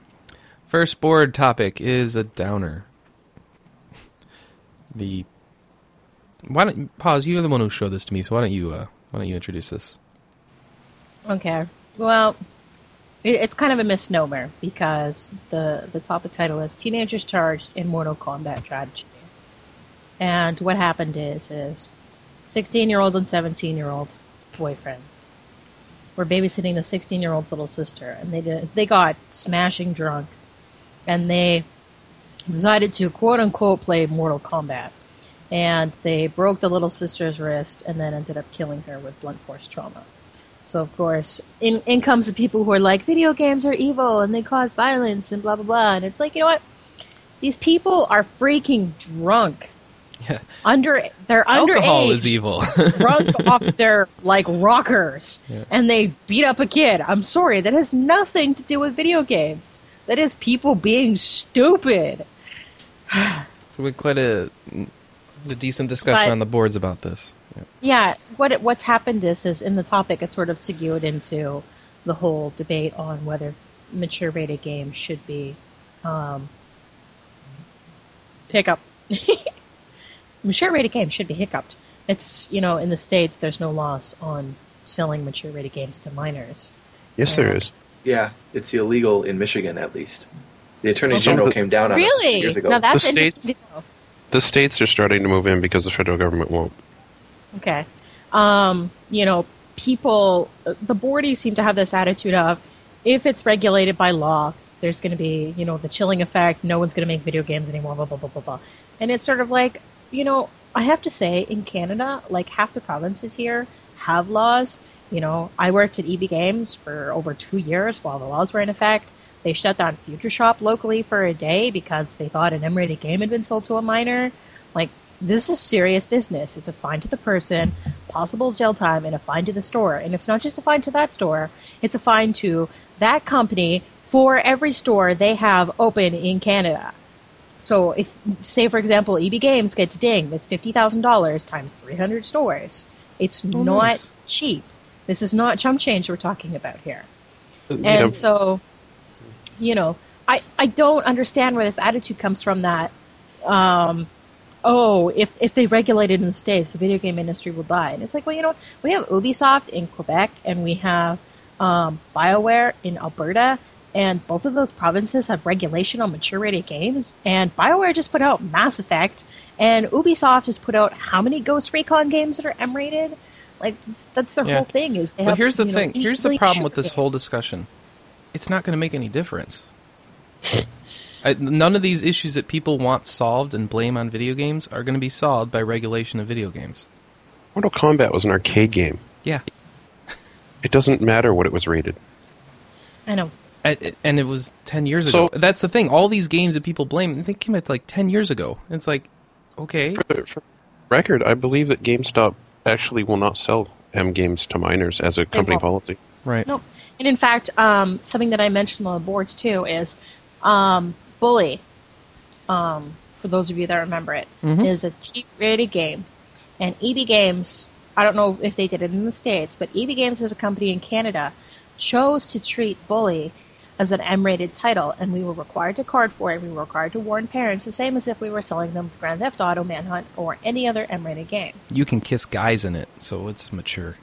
S1: first board topic is a downer. The why don't pause? You're the one who showed this to me, so why don't you uh, why don't you introduce this?
S3: Okay. Well, it, it's kind of a misnomer because the the topic title is "Teenagers Charged in Mortal Kombat Tragedy," and what happened is is sixteen year old and seventeen year old boyfriend were babysitting the sixteen year old's little sister, and they did, they got smashing drunk, and they decided to quote unquote play Mortal Kombat. And they broke the little sister's wrist and then ended up killing her with blunt force trauma. So of course, in in comes the people who are like, video games are evil and they cause violence and blah blah blah. And it's like, you know what? These people are freaking drunk.
S1: Yeah.
S3: Under they're under
S1: Alcohol is evil.
S3: drunk off their like rockers,
S1: Yeah.
S3: and they beat up a kid. I'm sorry, that has nothing to do with video games. That is people being stupid.
S1: so we had quite a, a decent discussion
S3: But-
S1: on the boards about this. Yeah.
S3: Yeah, what it, what's happened is is in the topic it's sort of segued into the whole debate on whether mature rated games should be um, pickup. mature rated games should be hiccuped. It's you know in the states there's no laws on selling mature rated games to minors.
S2: Yes, there is.
S4: Yeah, it's illegal in Michigan at least. The attorney
S2: Well, some
S4: general
S2: of the-
S4: came down on us a few
S3: Really?
S4: years ago.
S3: Now that's
S2: The states-
S3: interesting. to know.
S2: The states are starting to move in because the federal government won't.
S3: Okay. Um, you know, people, the boardies seem to have this attitude of if it's regulated by law, there's going to be, you know, the chilling effect, no one's going to make video games anymore, blah, blah, blah, blah, blah. And it's sort of like, you know, I have to say, in Canada, like half the provinces here have laws. You know, I worked at EB Games for over two years while the laws were in effect. They shut down Future Shop locally for a day because they thought an M rated game had been sold to a minor. Like, this is serious business. It's a fine to the person, possible jail time, and a fine to the store. And it's not just a fine to that store, it's a fine to that company for every store they have open in Canada. So, if, say, for example, EB Games gets dinged, it's $50,000 times 300 stores. It's
S1: Oh,
S3: not
S1: nice.
S3: cheap. This is not chump change we're talking about here.
S2: You
S3: And
S2: know,
S3: so, you know, I, I don't understand where this attitude comes from that, um, oh, if, if they regulated in the States, the video game industry will die. And it's like, well, you know, what? we have Ubisoft in Quebec and we have um, BioWare in Alberta, and both of those provinces have regulation on mature rated games. And BioWare just put out Mass Effect, and Ubisoft has put out how many Ghost Recon games that are M rated? Like, that's their
S1: Yeah.
S3: whole thing is they
S1: But
S3: have,
S1: here's the
S3: you know,
S1: thing. Here's the
S3: equally
S1: problem with
S3: sugar
S1: this
S3: games.
S1: whole discussion. It's not going to make any difference. I, none of these issues that people want solved and blame on video games are going to be solved by regulation of video games.
S2: Mortal Kombat was an arcade game.
S1: Yeah,
S2: It doesn't matter what it was rated.
S3: I know.
S1: I- I- and it was ten years
S2: So-
S1: ago. That's the thing. All these games that people blame, they came out like ten years ago. It's like, okay,
S2: For- for record, I believe that GameStop actually will not sell M games to minors as a company
S3: won't.
S2: policy.
S1: right?
S3: No. And in fact, um, something that I mentioned on the boards too is um, Bully, um, for those of you that remember it, is
S1: Mhm.
S3: a T rated game. And EB Games, I don't know if they did it in the States, but EB Games as a company in Canada chose to treat Bully as an M rated title, and we were required to card for it. We were required to warn parents, the same as if we were selling them Grand Theft Auto, Manhunt, or any other M rated game.
S1: You can kiss guys in it, so it's mature.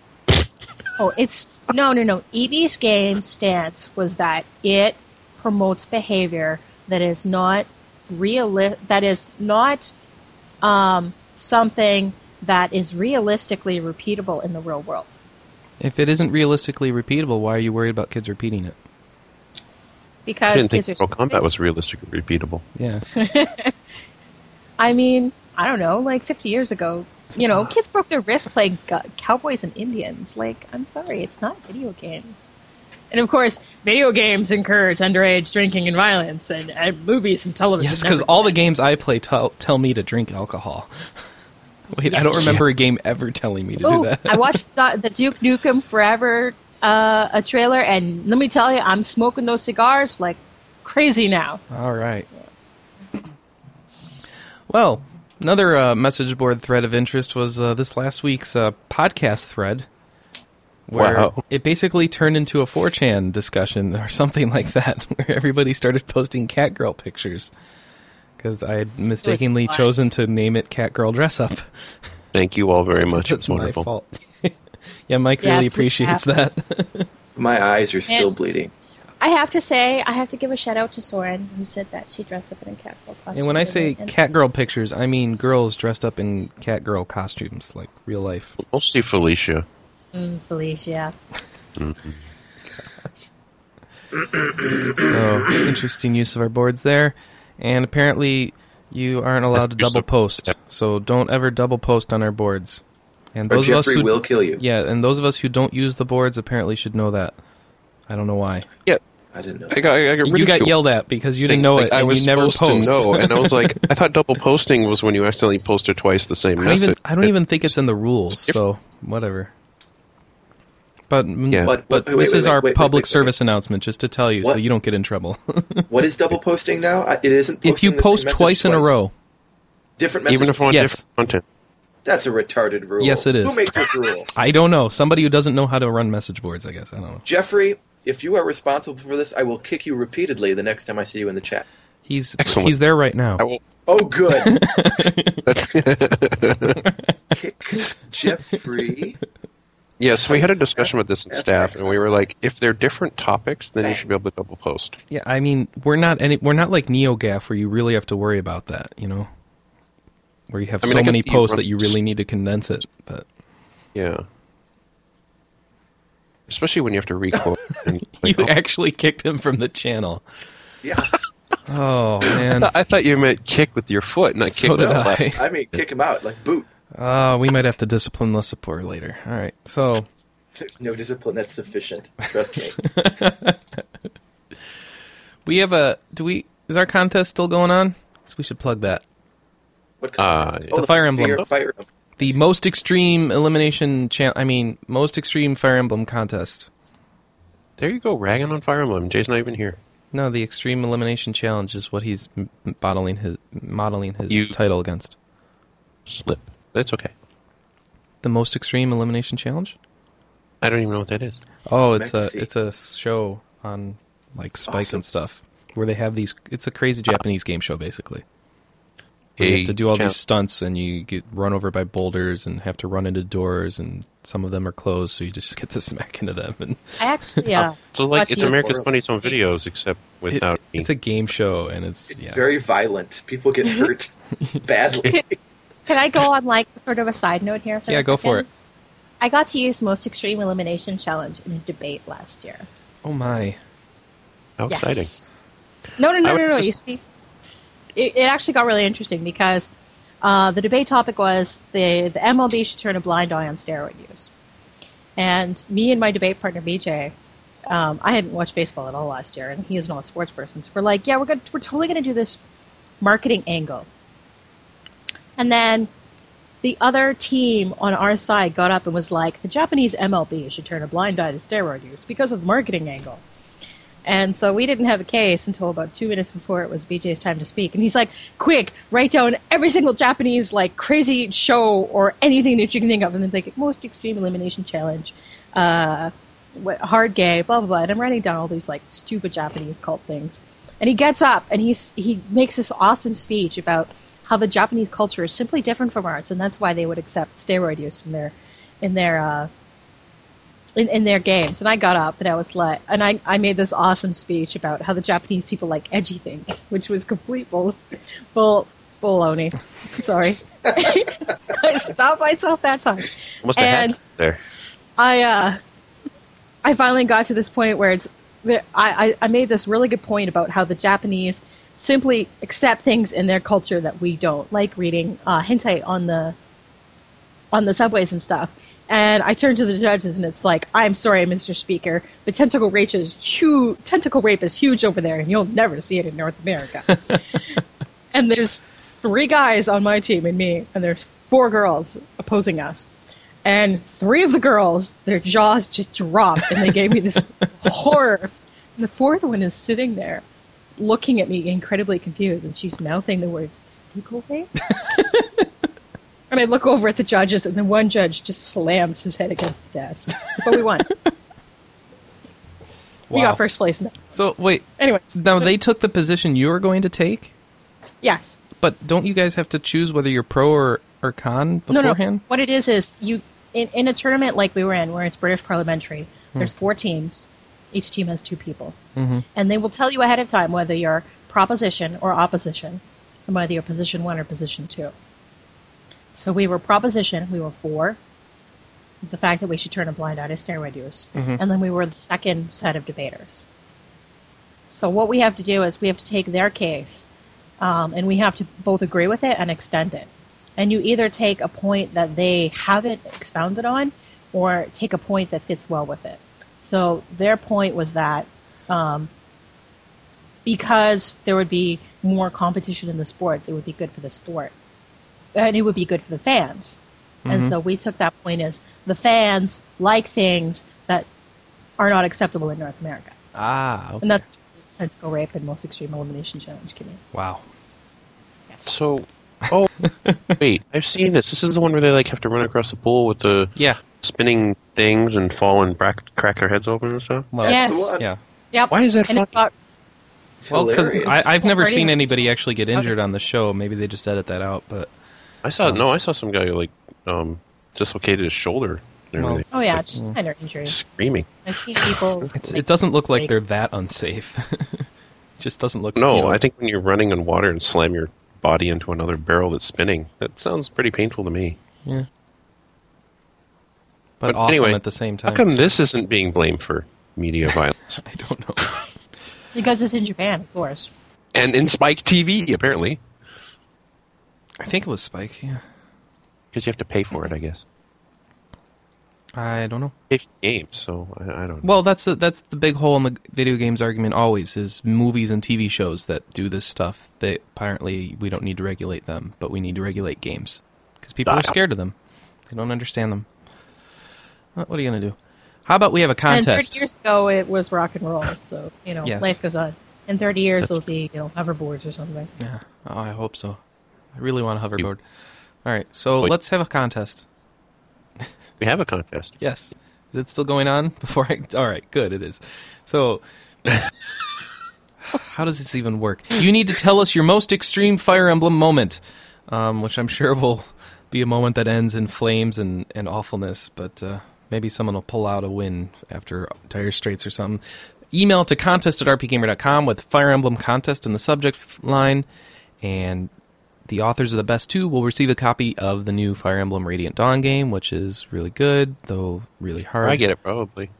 S3: Oh, it's no, no, no. EB's game stance was that it promotes behavior that is not reali- that is not um, something that is realistically repeatable in the real world.
S1: If it isn't realistically repeatable, why are you worried about kids repeating it?
S2: I
S3: Because
S2: didn't think
S3: kids are
S2: Mortal Kombat was realistically repeatable.
S1: Yeah,
S3: I mean, I don't know. Like 50 years ago, you know, kids broke their wrist playing go- cowboys and Indians. Like, I'm sorry, it's not video games. And of course, video games encourage underage drinking and violence, and, and movies and television.
S1: Yes, because
S3: never-
S1: all the games I play tell tell me to drink alcohol. Wait, I don't remember a game ever telling me to do
S3: Oh,
S1: that.
S3: I watched the, the Duke Nukem Forever uh, a trailer, and let me tell you, I'm smoking those cigars like crazy now.
S1: All right. Well, another uh, message board thread of interest was uh, this last week's uh, podcast thread, where
S2: Wow.
S1: it basically turned into a 4chan discussion or something like that, where everybody started posting catgirl pictures because I had mistakenly
S3: fun.
S1: chosen to name it Catgirl Dress Up.
S2: Thank you all very much.
S1: That's
S2: It's wonderful.
S1: my fault. yeah, Mike
S3: Yes,
S1: really
S3: we
S1: appreciates
S3: have-
S1: that.
S4: My eyes are still
S3: And-
S4: bleeding.
S3: I have to say, I have to give a shout out to Soren, who said that she dressed up in a catgirl costume.
S1: and when I say
S3: and-
S1: catgirl pictures, I mean girls dressed up in catgirl costumes, like real life.
S2: Mostly Felicia.
S3: Mm, Felicia.
S1: So interesting use of our boards there. And apparently, you aren't allowed to
S2: That's
S1: double
S2: just a-
S1: post, so don't ever double post on our boards. And
S4: Or
S1: those of us
S4: Jeffrey
S1: who
S4: will kill you.
S1: yeah, and those of us who don't use the boards apparently should know that. I don't know why.
S2: Yeah,
S4: I didn't know.
S2: I got, I got
S1: You got
S2: ridiculed.
S1: yelled at because you didn't
S2: Like-
S1: know
S2: like
S1: it,
S2: I
S1: and
S2: was
S1: you never
S2: supposed
S1: post.
S2: to know, and I was like, I thought double posting was when you accidentally post or twice the same
S1: I don't
S2: message.
S1: even. I don't
S2: It-
S1: even think it's in the rules. So whatever. But
S2: Yeah.
S1: but,
S4: But- wait, wait,
S1: this is
S4: wait,
S1: our
S4: wait, wait,
S1: public
S4: wait, wait.
S1: service announcement, just to tell you, so
S4: What?
S1: you don't get in trouble.
S4: What is double posting now? I- It isn't.
S1: if
S4: posting
S1: you
S4: the same
S1: post
S4: message
S1: twice in a row,
S4: different message.
S2: even if on
S1: Yes.
S2: different content.
S4: That's a retarded rule.
S1: Yes, it is.
S4: Who makes this rule?
S1: I don't know. Somebody who doesn't know how to run message boards, I guess. I don't know.
S4: Jeffrey, if you are responsible for this, I will kick you repeatedly the next time I see you in the chat.
S1: He's
S2: Excellent.
S1: he's there right now.
S2: I will.
S4: Oh, good. kick Jeffrey.
S2: Yes, we had a discussion with this in staff, and we were like, if they're different topics, then you should be able to double post.
S1: Yeah, I mean, we're not any we're not like NeoGAF where you really have to worry about that, you know. Where you have
S2: I mean, I
S1: so
S2: guess
S1: many
S2: the-
S1: posts that you really need to condense it, but
S2: Yeah. Especially when you have to record. And
S1: you
S2: like, oh,
S1: actually kicked him from the channel.
S4: Yeah.
S1: Oh
S2: I,
S1: man,
S2: thought, I thought you meant kick with your foot, not kick
S1: so
S2: with
S1: did
S2: the left.
S1: I.
S4: I mean, kick him out like boot.
S1: Uh, we might have to discipline the support later. All right, so
S4: There's no discipline that's sufficient. Trust me.
S1: we have a do we is our contest still going on? So we should plug that.
S4: What
S2: Ah,
S4: context?
S2: yeah.
S1: Uh, The Fire Emblem.
S4: Fear- Fire Emblem.
S1: The most extreme elimination cha- I mean, most extreme Fire Emblem contest.
S2: There you go, ragging on Fire Emblem. Jay's not even here.
S1: No, the extreme elimination challenge is what he's m- modeling his modeling his
S2: You-
S1: title against.
S2: Slip. That's okay.
S1: The most extreme elimination challenge?
S2: I don't even know what that is.
S1: Oh, it's a
S4: Let's see.
S1: it's a show on like Spike
S4: Awesome.
S1: and stuff where they have these. It's a crazy Japanese game show basically. Where you
S2: A
S1: have to do all
S2: challenge.
S1: these stunts and you get run over by boulders and have to run into doors and some of them are closed, so you just get to smack into them. And
S3: I actually, uh,
S1: Oh.
S3: yeah.
S2: So like it's
S3: Watching-
S2: America's Funniest Home Videos, except
S1: it-
S2: without me.
S1: it's a game show and it's,
S4: It's
S1: yeah.
S4: very violent. People get hurt badly.
S3: Can I go on like sort of a side note here? For
S1: Yeah,
S3: a
S1: go for
S3: second? I got to use most extreme elimination challenge in a debate last year.
S1: oh my.
S2: How exciting!
S3: Yes. No, no, no,
S2: I would
S3: no, no. You
S2: just-
S3: see, it, it actually got really interesting because uh, the debate topic was the the MLB should turn a blind eye on steroid use, and me and my debate partner BJ. Um, I hadn't watched baseball at all last year, and he is not a sports person. So we're like, yeah, we're gonna, we're totally going to do this marketing angle. And then the other team on our side got up and was like, the Japanese MLB should turn a blind eye to steroid use because of the marketing angle. And so we didn't have a case until about two minutes before it was BJ's time to speak. And he's like, quick, write down every single Japanese, like, crazy show or anything that you can think of. And then, like, most extreme elimination challenge, uh, what, hard gay, blah, blah, blah. And I'm writing down all these, like, stupid Japanese cult things. And he gets up and he's, he makes this awesome speech about how the Japanese culture is simply different from ours. And that's why they would accept steroid use in their, in their, uh, in, in their games. And I got up and I was like, and I, I made this awesome speech about how the Japanese people like edgy things, which was complete bulls, bull, baloney. Sorry. I stopped myself that time.
S2: Almost a hat
S3: And-
S2: tip there.
S3: I uh, I finally got to this point where it's I, I I made this really good point about how the Japanese simply accept things in their culture that we don't, like reading uh, hentai on the on the subways and stuff. And I turn to the judges and it's like, I'm sorry, Mr. Speaker, but tentacle rape is huge. Tentacle rape is huge over there, and you'll never see it in North America. and there's three guys on my team and me, and there's four girls opposing us. And three of the girls, their jaws just dropped, and they gave me this horror. And the fourth one is sitting there, looking at me incredibly confused, and she's mouthing the words tentacle rape. and I look over at the judges, and then one judge just slams his head against the desk. But we won. We
S1: Wow.
S3: got first place. In that.
S1: So wait,
S3: Anyways,
S1: now they took the position you were going to take,
S3: yes.
S1: but don't you guys have to choose whether you're pro or, or con beforehand?
S3: No, no. What it is is you in, in a tournament like we were in, where it's British parliamentary. There's four teams. Each team has two people,
S1: Mm-hmm.
S3: and they will tell you ahead of time whether you're proposition or opposition, and whether you're position one or position two. So we were proposition. We were for the fact that we should turn a blind eye to steroid use, and then we were the second set of debaters. So what we have to do is we have to take their case um, and we have to both agree with it and extend it. And you either take a point that they haven't expounded on, or take a point that fits well with it. So their point was that um, because there would be more competition in the sports, it would be good for the sport, and it would be good for the fans. And so we took that point as the fans like things that are not acceptable in North America,
S1: Ah, okay.
S3: and that's tentacle rape and most extreme elimination challenge. Kidding.
S1: wow.
S2: So, oh, wait, I've seen this. This is the one where they like have to run across the pool with the
S1: Yeah.
S2: spinning things and fall and brack, crack their heads open and stuff.
S1: Well,
S3: Yes.
S4: the one.
S1: yeah.
S3: Yep.
S2: Why is that
S3: And it's
S2: funny?
S3: got
S4: It's
S1: Well, because
S4: hilarious.
S1: I've never
S3: Already
S1: seen anybody
S3: exposed.
S1: actually get injured on the show. Maybe they just edit that out, but
S2: I saw
S1: Um,
S2: no, I saw some guy who, like um, dislocated his shoulder. And
S1: Well-
S2: everything.
S3: Oh yeah,
S2: It's
S3: just minor
S2: like
S3: injuries.
S2: screaming.
S3: I've seen people.
S1: it's,
S3: like,
S1: it doesn't look like
S3: like-
S1: they're that unsafe. just doesn't look.
S2: No,
S1: you know,
S2: I think when you're running on water and slam your body into another barrel that's spinning, that sounds pretty painful to me.
S1: but,
S2: but
S1: awesome
S2: anyway,
S1: at the same
S2: How
S1: time.
S2: come this isn't being blamed for media violence?
S1: I don't know.
S3: because it's in Japan, of course.
S2: and in Spike TV, apparently,
S1: I think it was Spike. Yeah,
S2: because you have to pay for it, I guess.
S1: I don't know.
S2: Pay for games, so I, I don't know.
S1: Well, that's the, that's the big hole in the video games argument always is movies and TV shows that do this stuff. They apparently we don't need to regulate them, but we need to regulate games because people are
S2: Yeah.
S1: scared of them. They don't understand them. Uh, What what are you gonna do? How about we have a
S3: And 30
S1: contest?
S3: years ago, it was rock and roll. So you know,
S1: Yes.
S3: life goes on. In 30 years, it'll be you know hoverboards or something.
S1: Yeah. Oh, I hope so. I really want a
S2: You-
S1: hoverboard. All right, so
S2: Wait.
S1: let's have a contest.
S2: we have a contest.
S1: Yes. Is it still going on? Before I all right, good, it is. So how does this even work? You need to tell us your most extreme Fire Emblem moment, um, which I'm sure will be a moment that ends in flames and, and awfulness, but uh, maybe someone will pull out a win after dire straits or something. Email to contest at rpgamer.com with Fire Emblem Contest in the subject f- line, and the authors of the best two will receive a copy of the new Fire Emblem Radiant Dawn game, which is really good, though really hard.
S2: I get it probably.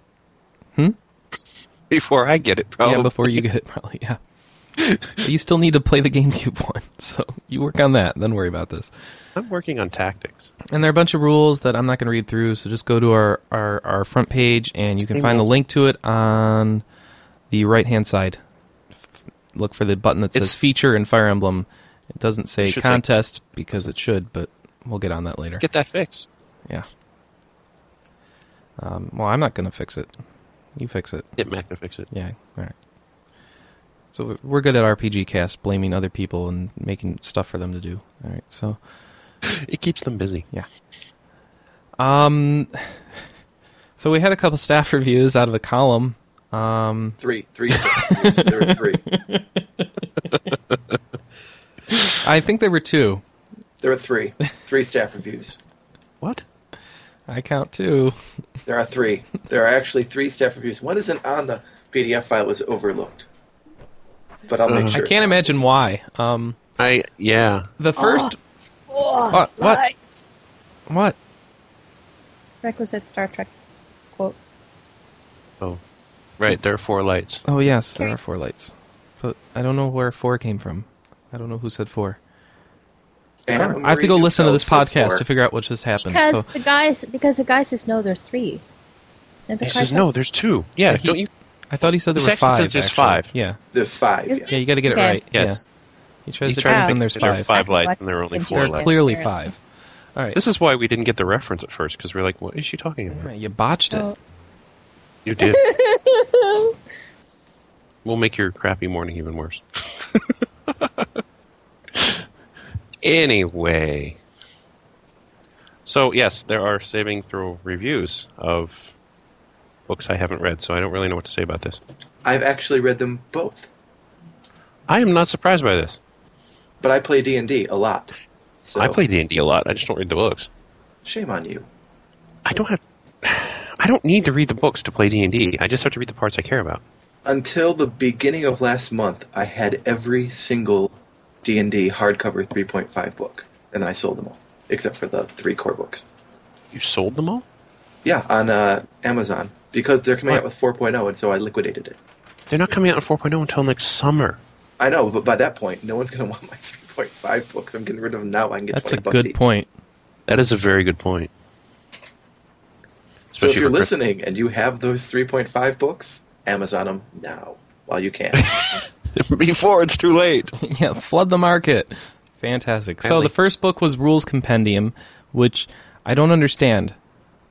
S1: Hmm?
S2: Before I get it probably.
S1: Yeah, before you get it, probably. Yeah. But you still need to play the GameCube one, so you work on that, then worry about this.
S2: I'm working on tactics.
S1: And there are a bunch of rules that I'm not going to read through, so just go to our, our, our front page and you can find the link to it on the right hand side. F- Look for the button that says
S2: It's-
S1: feature in Fire Emblem. It doesn't say
S2: It should say-
S1: contest because it should, but we'll get on that later.
S2: Get that fixed.
S1: Yeah. Um, well, I'm not going to fix it. You fix it.
S2: Get Mac to fix it.
S1: Yeah. All right. So we- we're good at RPG cast, blaming other people and making stuff for them to do. All right. So
S2: It keeps them busy.
S1: yeah. Um. So we had a couple staff reviews out of a column. Um.
S4: three, three. Oops, there were three.
S1: I think there were two.
S4: There were three. Three staff reviews.
S2: What?
S1: I count two.
S4: There are three. There are actually three staff reviews. One isn't on the PDF file; it was overlooked. But I'll make
S1: Uh-huh. I
S4: sure.
S1: can't imagine why. Um.
S2: I yeah.
S1: The first.
S3: Oh,
S1: What- what?
S3: lights.
S1: What?
S3: Requisite Star Trek quote.
S2: Oh. Right, there are four lights.
S1: Oh yes, there
S3: Three.
S1: are four lights, but I don't know where four came from. I don't know who said four.
S4: Phantom
S1: I have to go
S4: Reed
S1: listen to this
S4: fell so
S1: podcast
S4: far.
S1: to figure out what just happened.
S3: because
S1: so
S3: the guys because the guy says no, there's three. And the
S2: He
S3: guy
S2: says, no, there's two. Yeah,
S1: Yeah, he-
S2: don't you?
S1: I thought he said there were
S2: Sex
S1: five.
S2: says there's
S1: actually.
S2: five.
S1: Yeah,
S4: There's five.
S3: Is
S4: yeah.
S1: yeah, you got to get it
S3: Okay.
S1: right.
S2: Yes.
S1: Yeah. He tries
S2: He
S1: to
S2: tried
S1: convince
S3: to
S1: him there's
S2: think there are
S1: five.
S2: five lights and there are only four
S1: There
S2: lights.
S1: are clearly five. All right.
S2: This is why we didn't get the reference at first, because we're like, what is she talking
S1: All
S2: about?
S1: right, you botched it.
S3: Oh.
S2: You did. we'll make your crappy morning even worse. anyway. So, yes, there are saving throw reviews of books I haven't read, so I don't really know what to say about this.
S4: I've actually read them both,
S2: I am not surprised by this.
S4: but I play D and D a lot. So
S2: I play D&D a lot. I just don't read the books.
S4: Shame on you.
S2: I don't have I don't need to read the books to play D&D. I just have to read the parts I care about.
S4: Until the beginning of last month, I had every single D and D hardcover 3.5 book, and then I sold them all except for the three core books.
S2: You sold them all?
S4: Yeah, on uh, Amazon because they're coming out with 4.0, and so I liquidated it.
S2: They're not coming out in 4.0 until next summer.
S4: I know, but by that point, no one's going to want my 3.5 books. I'm getting rid of them now. I can get
S1: That's a
S4: 20 bucks
S1: good
S4: each.
S1: point.
S2: That is a very good point.
S4: So if you're
S2: for Christ-
S4: listening and you have those 3.5 books, Amazon them now while you can.
S2: before it's too late.
S1: yeah, flood the market. Fantastic. So
S2: Apparently-
S1: the first book was Rules Compendium, which I don't understand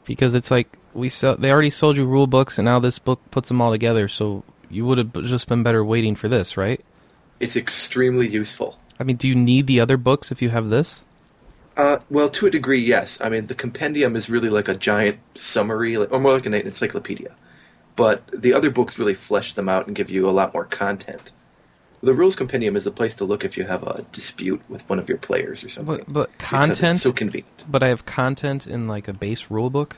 S1: because it's like we sell, they already sold you rule books and now this book puts them all together. So you would have just been better waiting for this, right?
S4: it's extremely useful.
S1: I mean, do you need the other books if you have this?
S4: Uh, well, to a degree, yes. I mean, the compendium is really like a giant summary, like, or more like an encyclopedia. But the other books really flesh them out and give you a lot more content. The rules compendium is a place to look if you have a dispute with one of your players or something.
S1: But, but
S4: because
S1: content.
S4: It's so convenient.
S1: but I have content in like a base rule book.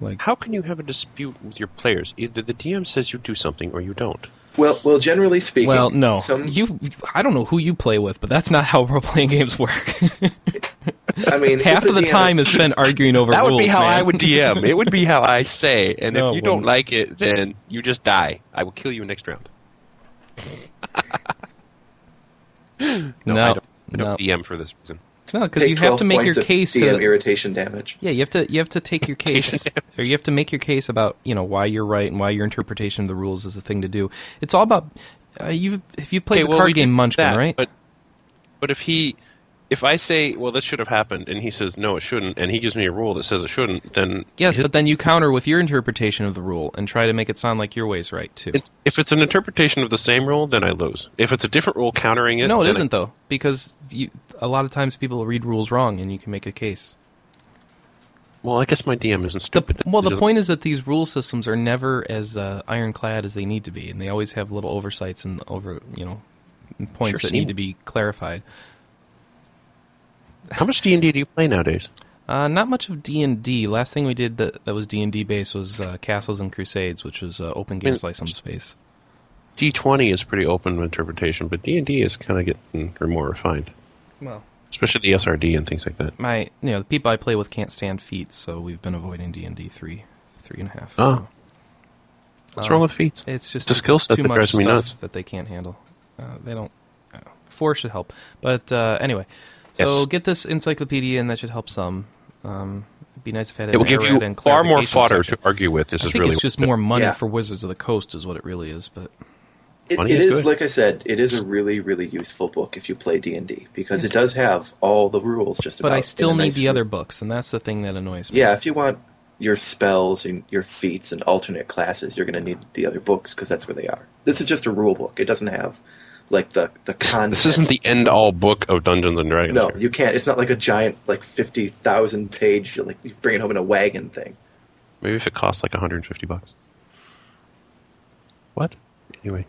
S1: Like
S2: How can you have a dispute with your players? Either the DM says you do something or you don't.
S4: Well, well, generally speaking,
S1: Well, no.
S4: Some,
S1: You I don't know who you play with, but that's not how role playing games work.
S4: I mean,
S1: Half
S4: if
S1: of the
S4: DM
S1: time is spent arguing over rules. man.
S2: DM. It would be how I say. And
S1: if No, it you don't wouldn't.
S2: like it, then you just die. I will kill you next round. No, I don't, I don't
S1: no.
S2: DM for this reason.
S1: No, because
S4: take
S1: you have
S4: 12
S1: to make your
S4: points of
S1: case
S4: DM
S1: to the,
S4: irritation damage.
S1: yeah, you have to you have to take your case or you have to make your case about you know why you're right and why your interpretation of the rules is the thing to do. It's all about uh, you've if you've
S2: Okay,
S1: played the
S2: well, we
S1: card
S2: did
S1: game Munchkin,
S2: that,
S1: right?
S2: But but if he if I say, well, this should have happened, and he says no, it shouldn't, and he gives me a rule that says it shouldn't, then
S1: yes,
S2: his-
S1: but then you counter with your interpretation of the rule and try to make it sound like your way's right too.
S2: it- if it's an interpretation of the same rule, then I lose. If it's a different rule countering it,
S1: no, it
S2: then I-
S1: isn't though, because you, a lot of times people read rules wrong, and you can make a case.
S2: well, I guess my DM isn't
S1: The,
S2: stupid.
S1: well,
S2: He
S1: the
S2: doesn't-
S1: point is that these rule systems are never as uh, ironclad as they need to be, and they always have little oversights and over you know points
S2: Sure
S1: that need
S2: seem.
S1: to be clarified.
S2: How much D and D do you play nowadays?
S1: Uh, not much of D and D. Last thing we did that, that was D and D based was uh, Castles and Crusades, which was uh, open games
S2: Mm.
S1: license based.
S2: D twenty is pretty open to interpretation, but D and D is kind of getting more refined,
S1: Well,
S2: especially the SRD and things like that.
S1: my you know the people I play with can't stand feats, so we've been avoiding D and D three, three and a half.
S2: Oh.
S1: so.
S2: What's
S1: Um,
S2: wrong with feats?
S1: It's just
S2: The skill set
S1: too
S2: that
S1: much
S2: drives me
S1: stuff
S2: nuts.
S1: that they can't handle. Uh, they don't. I don't know. Four should help, but uh, anyway. So
S2: Yes.
S1: get this encyclopedia, and that should help some. Um, it'd be nice if it had
S2: It
S1: an
S2: will give
S1: errata
S2: you
S1: and
S2: far more
S1: clarification
S2: fodder
S1: section.
S2: to argue with. This
S1: I
S2: is
S1: think
S2: really
S1: it's just
S2: what-
S1: more money
S4: Yeah.
S1: for Wizards of the Coast, is what it really is. But
S4: It,
S2: Money
S4: it
S2: is
S4: is,
S2: good.
S4: like I said, it is a really, really useful book if you play D and D because it does have all the rules. Just
S1: but
S4: about
S1: I
S4: in a
S1: still need
S4: nice
S1: the other
S4: group.
S1: books, and that's the thing that annoys me.
S4: Yeah, if you want your spells and your feats and alternate classes, you're going to need the other books because that's where they are. This is just a rule book. It doesn't have like the the content.
S2: This isn't the end all book of Dungeons and Dragons.
S4: No,
S2: here.
S4: you can't. It's not like a giant, like fifty thousand page, like you bring it home in a wagon thing.
S2: Maybe if it costs like 150 bucks. What? Anyway.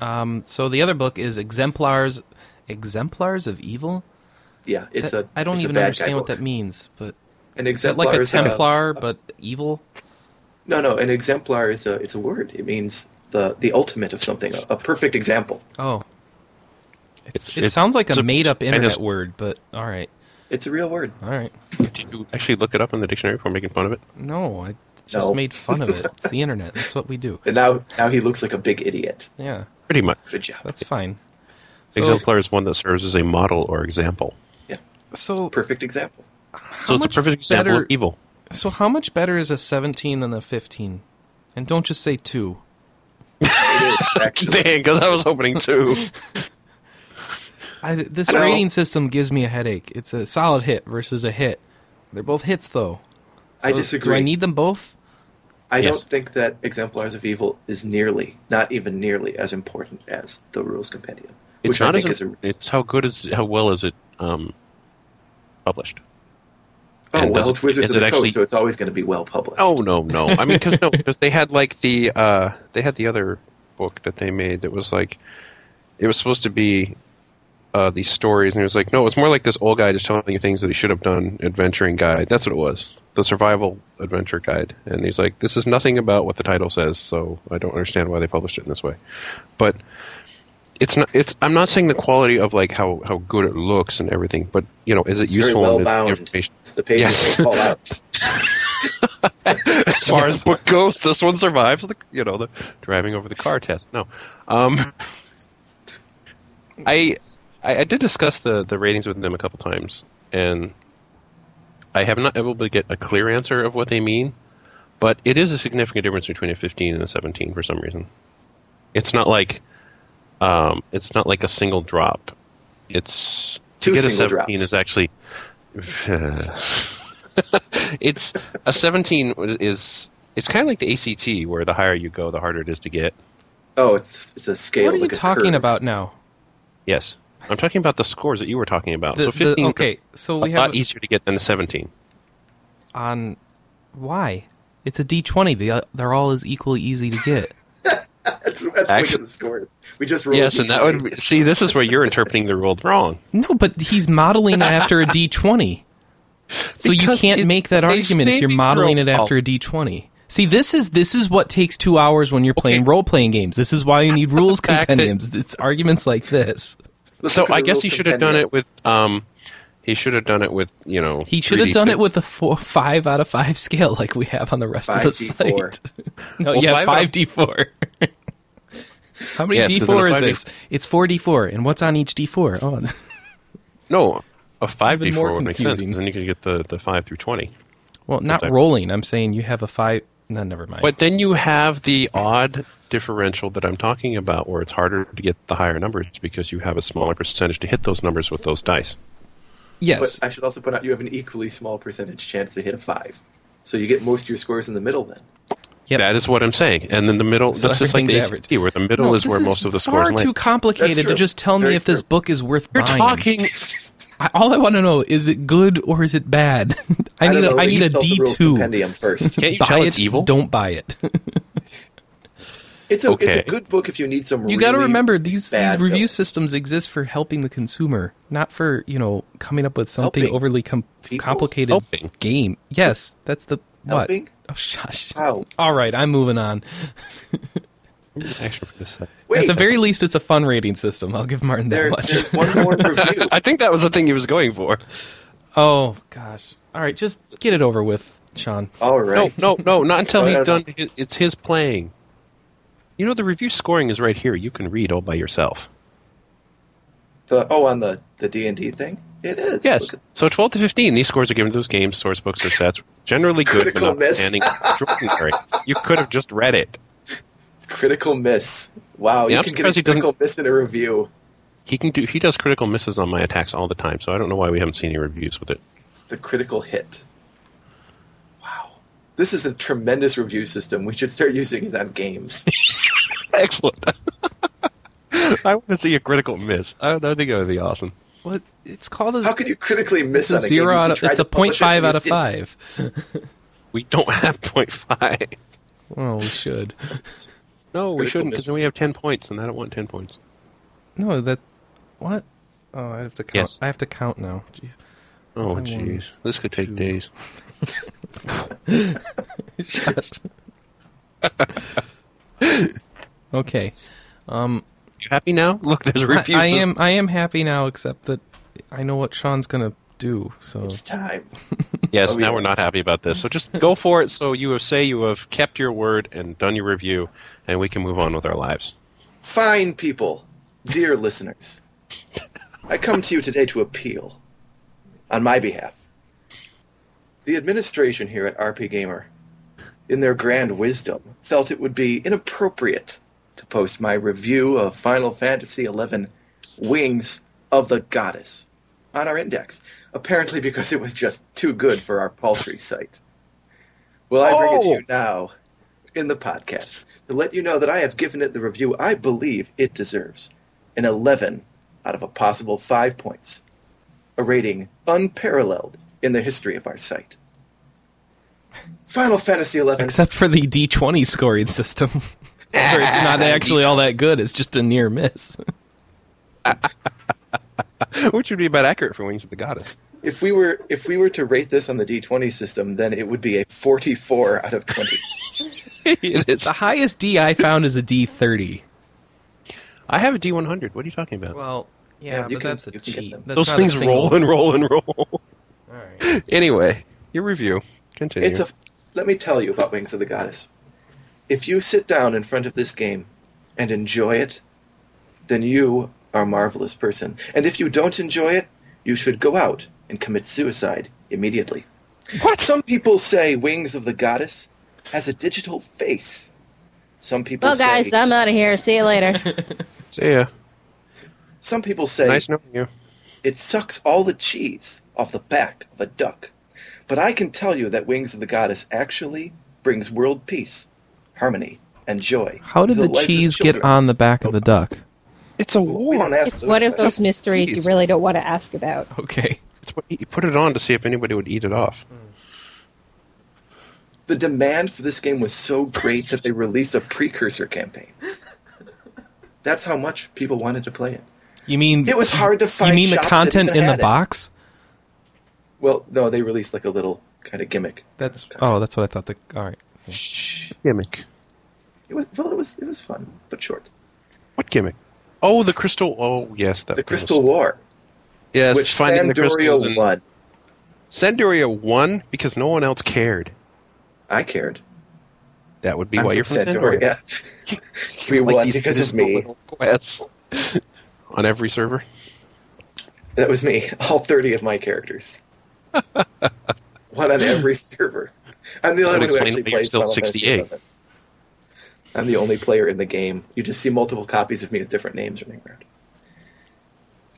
S1: Um, so the other book is Exemplars, Exemplars of Evil.
S4: Yeah, it's
S1: That-
S4: a.
S1: I don't
S4: it's a
S1: even
S4: bad guy
S1: understand what
S4: book. uh,
S1: that means, but
S4: An
S1: is it like
S4: exemplar
S1: a
S4: is a-
S1: Templar but evil?
S4: No, no, an exemplar is a it's a word. It means the the ultimate of something, a, a perfect example.
S1: Oh. It's,
S2: It's-
S1: it
S2: it's-
S1: sounds like
S2: it's
S1: a
S2: a-
S1: made up
S2: I
S1: internet
S2: just-
S1: word, but all right.
S4: It's a real word.
S1: All right.
S2: Did you actually look it up in the dictionary before making fun of it?
S1: No, I just
S4: No.
S1: made fun of it. It's the internet. That's what we do.
S4: And now now he looks like a big idiot.
S1: Yeah,
S2: Pretty much.
S4: Good job.
S1: that's fine.
S2: Exemplar is one that serves as a model or example.
S1: So,
S4: Perfect example.
S2: so it's a
S1: much
S2: perfect example
S1: better-
S2: of evil.
S1: so how much better is a 17 than a 15? And don't just say two.
S4: It is, actually.
S2: Dang, because I was hoping too.
S1: I, this
S4: Well-
S1: rating system gives me a headache. It's a solid hit versus a hit. They're both hits, though.
S4: I
S1: So Do
S4: disagree.
S1: I need them both?
S4: I
S2: Yes.
S4: don't think that Exemplars of Evil is nearly, not even nearly, as important as the Rules Compendium,
S2: It's
S4: which I
S2: not
S4: think
S2: as
S4: is a.
S2: a, it's how good is how well is it um, published?
S4: Oh
S2: and
S4: well,
S2: does
S4: it's
S2: it-
S4: Wizards
S2: is
S4: of
S2: it
S4: the
S2: actually-
S4: Coast, so it's always going to be well published.
S2: Oh no, no. I mean, because no, 'cause they had like the uh, they had the other book that they made that was like it was supposed to be uh, these stories, and it was like no, it's more like this old guy just telling you things that he should have done. Adventuring guide. That's what it was. The survival adventure guide. And he's like, this is nothing about what the title says, so I don't understand why they published it in this way. But it's not. It's. I'm not saying the quality of like how, how good it looks and everything, but you know, is it
S4: It's very
S2: useful?
S4: well
S2: and is
S4: bound.
S2: information-
S4: The pages
S2: Yes.
S4: don't fall out.
S2: as far
S1: Yes.
S2: as the book goes, this one survives the you know the driving over the car test. No, um, I, I I did discuss the the ratings with them a couple times, and I have not able to get a clear answer of what they mean, but it is a significant difference between a 15 and a 17 for some reason. It's not like um, it's not like a single drop. It's
S4: Two
S2: to get a
S4: single
S2: 17
S4: drops.
S2: is actually it's a 17 is it's kind of like the ACT where the higher you go the harder it is to get.
S4: Oh, it's it's a scale.
S1: what are you
S4: like a
S1: talking
S4: curve.
S1: about now?
S2: Yes. I'm talking about the scores that you were talking about.
S1: The-
S2: so uh,
S1: the-
S2: 15 is
S1: okay, so
S2: a
S1: we have
S2: lot easier to get than a 17.
S1: on why? It's a D20. They, they're all as equally easy to get.
S4: That's, that's
S2: Actu-
S4: one of the scores. We just rolled.
S2: Yes, and that would be, see this is where you're interpreting the rule wrong.
S1: no, but he's modeling it after a D20. So you
S2: Because
S1: can't
S2: it's
S1: make that
S2: a
S1: argument if you're
S2: saving
S1: modeling
S2: throw.
S1: it after a D20. See, this is this is what takes two hours when you're playing
S2: Okay.
S1: role playing games. This is why you need rules
S2: fact that-
S1: compendiums. it's arguments like this.
S2: so I guess he should have done it with um he should have done it with, you know,
S1: He should have done
S2: 3D2.
S1: it with a four, five out of five scale, like we have on the rest of the
S4: 5D4.
S1: site. no,
S2: Well,
S1: yeah,
S2: five out
S1: five
S2: of-
S1: D four. How many
S2: Yes,
S1: D
S2: 'cause in a
S1: four is
S2: five D-
S1: this? It's four D four, and what's on each D four? Oh,
S2: No, a 5
S1: Even more
S2: d4 would make sense
S1: confusing.
S2: because then you could get the the 5 through 20.
S1: well, not
S2: Exactly.
S1: rolling. I'm saying you have a five. No, never mind.
S2: But then you have the odd differential that I'm talking about, where it's harder to get the higher numbers because you have a smaller percentage to hit those numbers with those dice.
S1: Yes,
S4: But I should also point out you have an equally small percentage chance to hit a five, so you get most of your scores in the middle. Then
S1: Yep.
S2: That is what I'm saying. And then the middle,
S1: So
S2: that's just like the
S1: everything's
S2: ACT, where the middle
S1: No,
S2: is
S1: this
S2: where most of the
S1: far
S2: scores
S1: too
S2: lie.
S4: That's
S1: complicated to
S4: true.
S1: just tell me
S4: Very
S1: if this
S4: true.
S1: book is worth
S2: You're
S1: buying.
S2: talking.
S1: I, all I want to know is it good or is it bad? I need
S4: don't
S1: a,
S4: know,
S1: I
S4: you
S1: need a
S4: consult the
S1: D
S4: Rules
S1: two.
S4: compendium first.
S2: Can't you
S1: Buy
S2: tell
S1: it,
S2: it's evil?
S1: Don't buy it.
S4: It's a it's a
S2: Okay.
S4: good book if you need some.
S1: you got to
S4: really
S1: remember these these
S4: bad
S1: review
S4: villains.
S1: systems exist for helping the consumer, not for you know coming up with something
S4: Helping
S1: overly com-
S4: people?
S1: complicated
S2: Helping.
S1: game. Yes, that's the what.
S4: Helping? Uh,
S1: Oh shush!
S4: How?
S1: All right, I'm moving on.
S2: Action for this side.
S4: Wait,
S1: At the very least, it's a fun rating system. I'll give Martin that
S4: there,
S1: much.
S4: there's one more review.
S2: I think that was the thing he was going for.
S1: oh gosh! All right, just get it over with, Sean.
S4: All right.
S2: No, no, no, not until
S4: No,
S2: he's
S4: no, no.
S2: done. His, it's his playing. You know, the review scoring is right here. You can read all by yourself.
S4: The, oh, on the the D and D thing, it is.
S2: Yes.
S4: Look
S2: So 12 to 15, these scores are given to those games, source books, or stats. Generally good, but
S4: Critical
S2: not
S4: miss.
S2: outstanding, extraordinary. You could have just read it.
S4: at critical miss. Wow,
S2: Yeah, I'm
S4: you can get a
S2: surprised he doesn't-
S4: critical miss in a review.
S2: He can do. He does critical misses on my attacks all the time, so I don't know why we haven't seen any reviews with it.
S4: The critical hit. Wow, this is a tremendous review system. We should start using it on games.
S2: Excellent. I want to see a critical miss. I, I think that would be awesome.
S1: What? It's called a,
S4: How could you critically
S1: it's
S4: miss
S1: a
S4: on a
S1: zero
S4: game?
S1: out
S4: You
S1: of
S4: tried
S1: it's
S4: to
S1: a point
S4: publish it
S1: five
S4: and
S1: out
S4: you
S1: of
S4: didn't.
S1: five.
S2: We don't have point five.
S1: Oh, we should.
S2: No, we
S4: Critical
S2: shouldn't,
S4: miss.
S2: because then we have ten points, and I don't want ten points.
S1: No, that what? Oh, I have to count.
S2: Yes.
S1: I have to count now. Jeez.
S2: Oh,
S1: One,
S2: jeez, this could take
S1: two.
S2: days.
S1: Shush. okay,
S2: You happy now? Look, there's
S1: I,
S2: reviews.
S1: I am. I am happy now, except that I know what Sean's gonna do. So
S4: It's time.
S2: Yes,
S4: Oh,
S2: now
S4: yes.
S2: we're not happy about this. So just go for it. So you have say you have kept your word and done your review, and we can move on with our lives.
S4: Fine people, dear listeners, I come to you today to appeal on my behalf. The administration here at RP Gamer, in their grand wisdom, felt it would be inappropriate to post my review of Final Fantasy XI Wings of the Goddess on our index, apparently because it was just too good for our paltry site. Well, I bring it to
S2: Oh!
S4: you now in the podcast to let you know that I have given it the review I believe it deserves an 11 out of a possible 5 points, a rating unparalleled in the history of our site. Final Fantasy XI.
S1: Except for the D20 scoring system, where it's not actually all that good. It's just a near miss.
S2: Which would be about accurate for Wings of the Goddess.
S4: If we were if we were to rate this on the D20 system, then it would be a 44 out of 20.
S2: it is.
S1: The highest D I found is a D30.
S2: I have a D100. What are you talking about?
S1: Well,
S4: Yeah, but that's a cheat. That's
S2: Those things roll and roll and roll.
S1: All right.
S2: anyway, your review. Continue.
S4: it's a let me tell you about Wings of the Goddess. If you sit down in front of this game and enjoy it, then you are a marvelous person. And if you don't enjoy it, you should go out and commit suicide immediately. What? Some people say Wings of the Goddess has a digital face. Some people
S3: Well, guys,
S4: say
S3: I'm out of here. See you later.
S2: See ya.
S4: some people say
S2: Nice knowing you.
S4: It sucks all the cheese off the back of a duck. But I can tell you that Wings of the Goddess actually brings world peace, harmony, and joy.
S1: How did
S4: to
S1: the
S4: lives of
S1: cheese get
S4: children.
S1: on the back of the duck?
S2: It's a
S4: We
S2: war.
S4: don't ask
S3: It's
S4: those
S3: one of those
S4: questions.
S3: mysteries you
S2: Jeez.
S3: really don't want to ask about.
S1: Okay.
S2: It's what- You put it on to see if anybody would eat it off.
S4: The demand for this game was so great that they released a precursor campaign. That's how much people wanted to play it.
S1: You mean
S4: It was hard to
S1: you
S4: find.
S1: mean the
S4: shops that
S1: content
S4: even
S1: in the
S4: had it.
S1: box?
S4: Well, no, they released like a little kind of gimmick.
S1: That's oh, that's what I thought. The all right.
S2: Gimmick.
S4: It was well, it was it was fun but short.
S2: What gimmick? Oh, the crystal. Oh, yes, that
S4: The
S2: was-
S4: Crystal War,
S2: Yes,
S4: which
S2: finding the crystals
S4: Sandorio
S2: and-
S4: won.
S2: Sandorio won because no one else cared.
S4: I cared.
S2: That would be
S4: I'm
S2: why you're from Sandorio.
S4: yeah. we
S2: Like
S4: won
S2: these
S4: because of
S2: additional
S4: me.
S2: little quests on every server.
S4: That was me. All 30 of my characters. One on every server. I'm the
S2: That would
S4: only one who
S2: explain
S4: actually
S2: why you're
S4: plays
S2: still
S4: Final Fantasy
S2: 68.
S4: XI. I'm the only player in the game. You just see multiple copies of me with different names running around.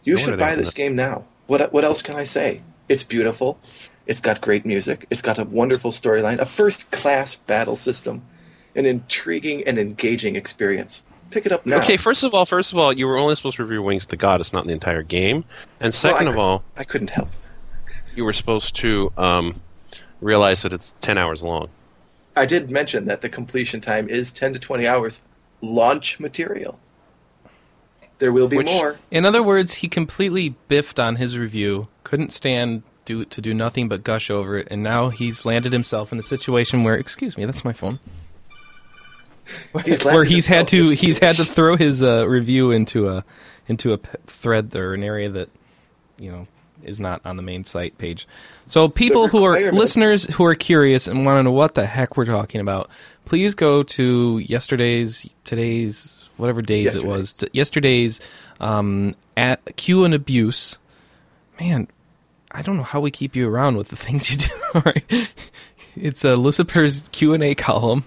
S4: You
S2: No
S4: should
S2: one
S4: buy
S2: would
S4: this
S2: ask
S4: game now. What what else can I say? It's beautiful. It's got great music. It's got a wonderful storyline, a first-class battle system, an intriguing and engaging experience. Pick it up now.
S2: Okay, first of all, first of all, you were only supposed to review Wings of the Goddess, not the entire game. And second
S4: I-
S2: of all,
S4: I couldn't help.
S2: you were supposed to um, realize that it's ten hours long.
S4: I did mention that the completion time is 10 to 20 hours launch material. There will be
S2: Which-
S4: more.
S1: In other words, he completely biffed on his review. Couldn't stand do, to do nothing but gush over it, and now he's landed himself in a situation where, excuse me, that's my phone.
S4: He's
S1: where
S4: landed
S1: he's had
S4: himself
S1: to
S4: this
S1: he's had to
S4: situation.
S1: throw his uh, review into a into a p- thread or an area that you know is not on the main site page. So people who are
S4: requirement-
S1: listeners who are curious and want to know what the heck we're talking about, please go to yesterday's today's whatever days it was t- yesterday's um, at Q and abuse. Man, I don't know how we keep you around with the things you do. All right. It's uh, Lucifer's Q and A column,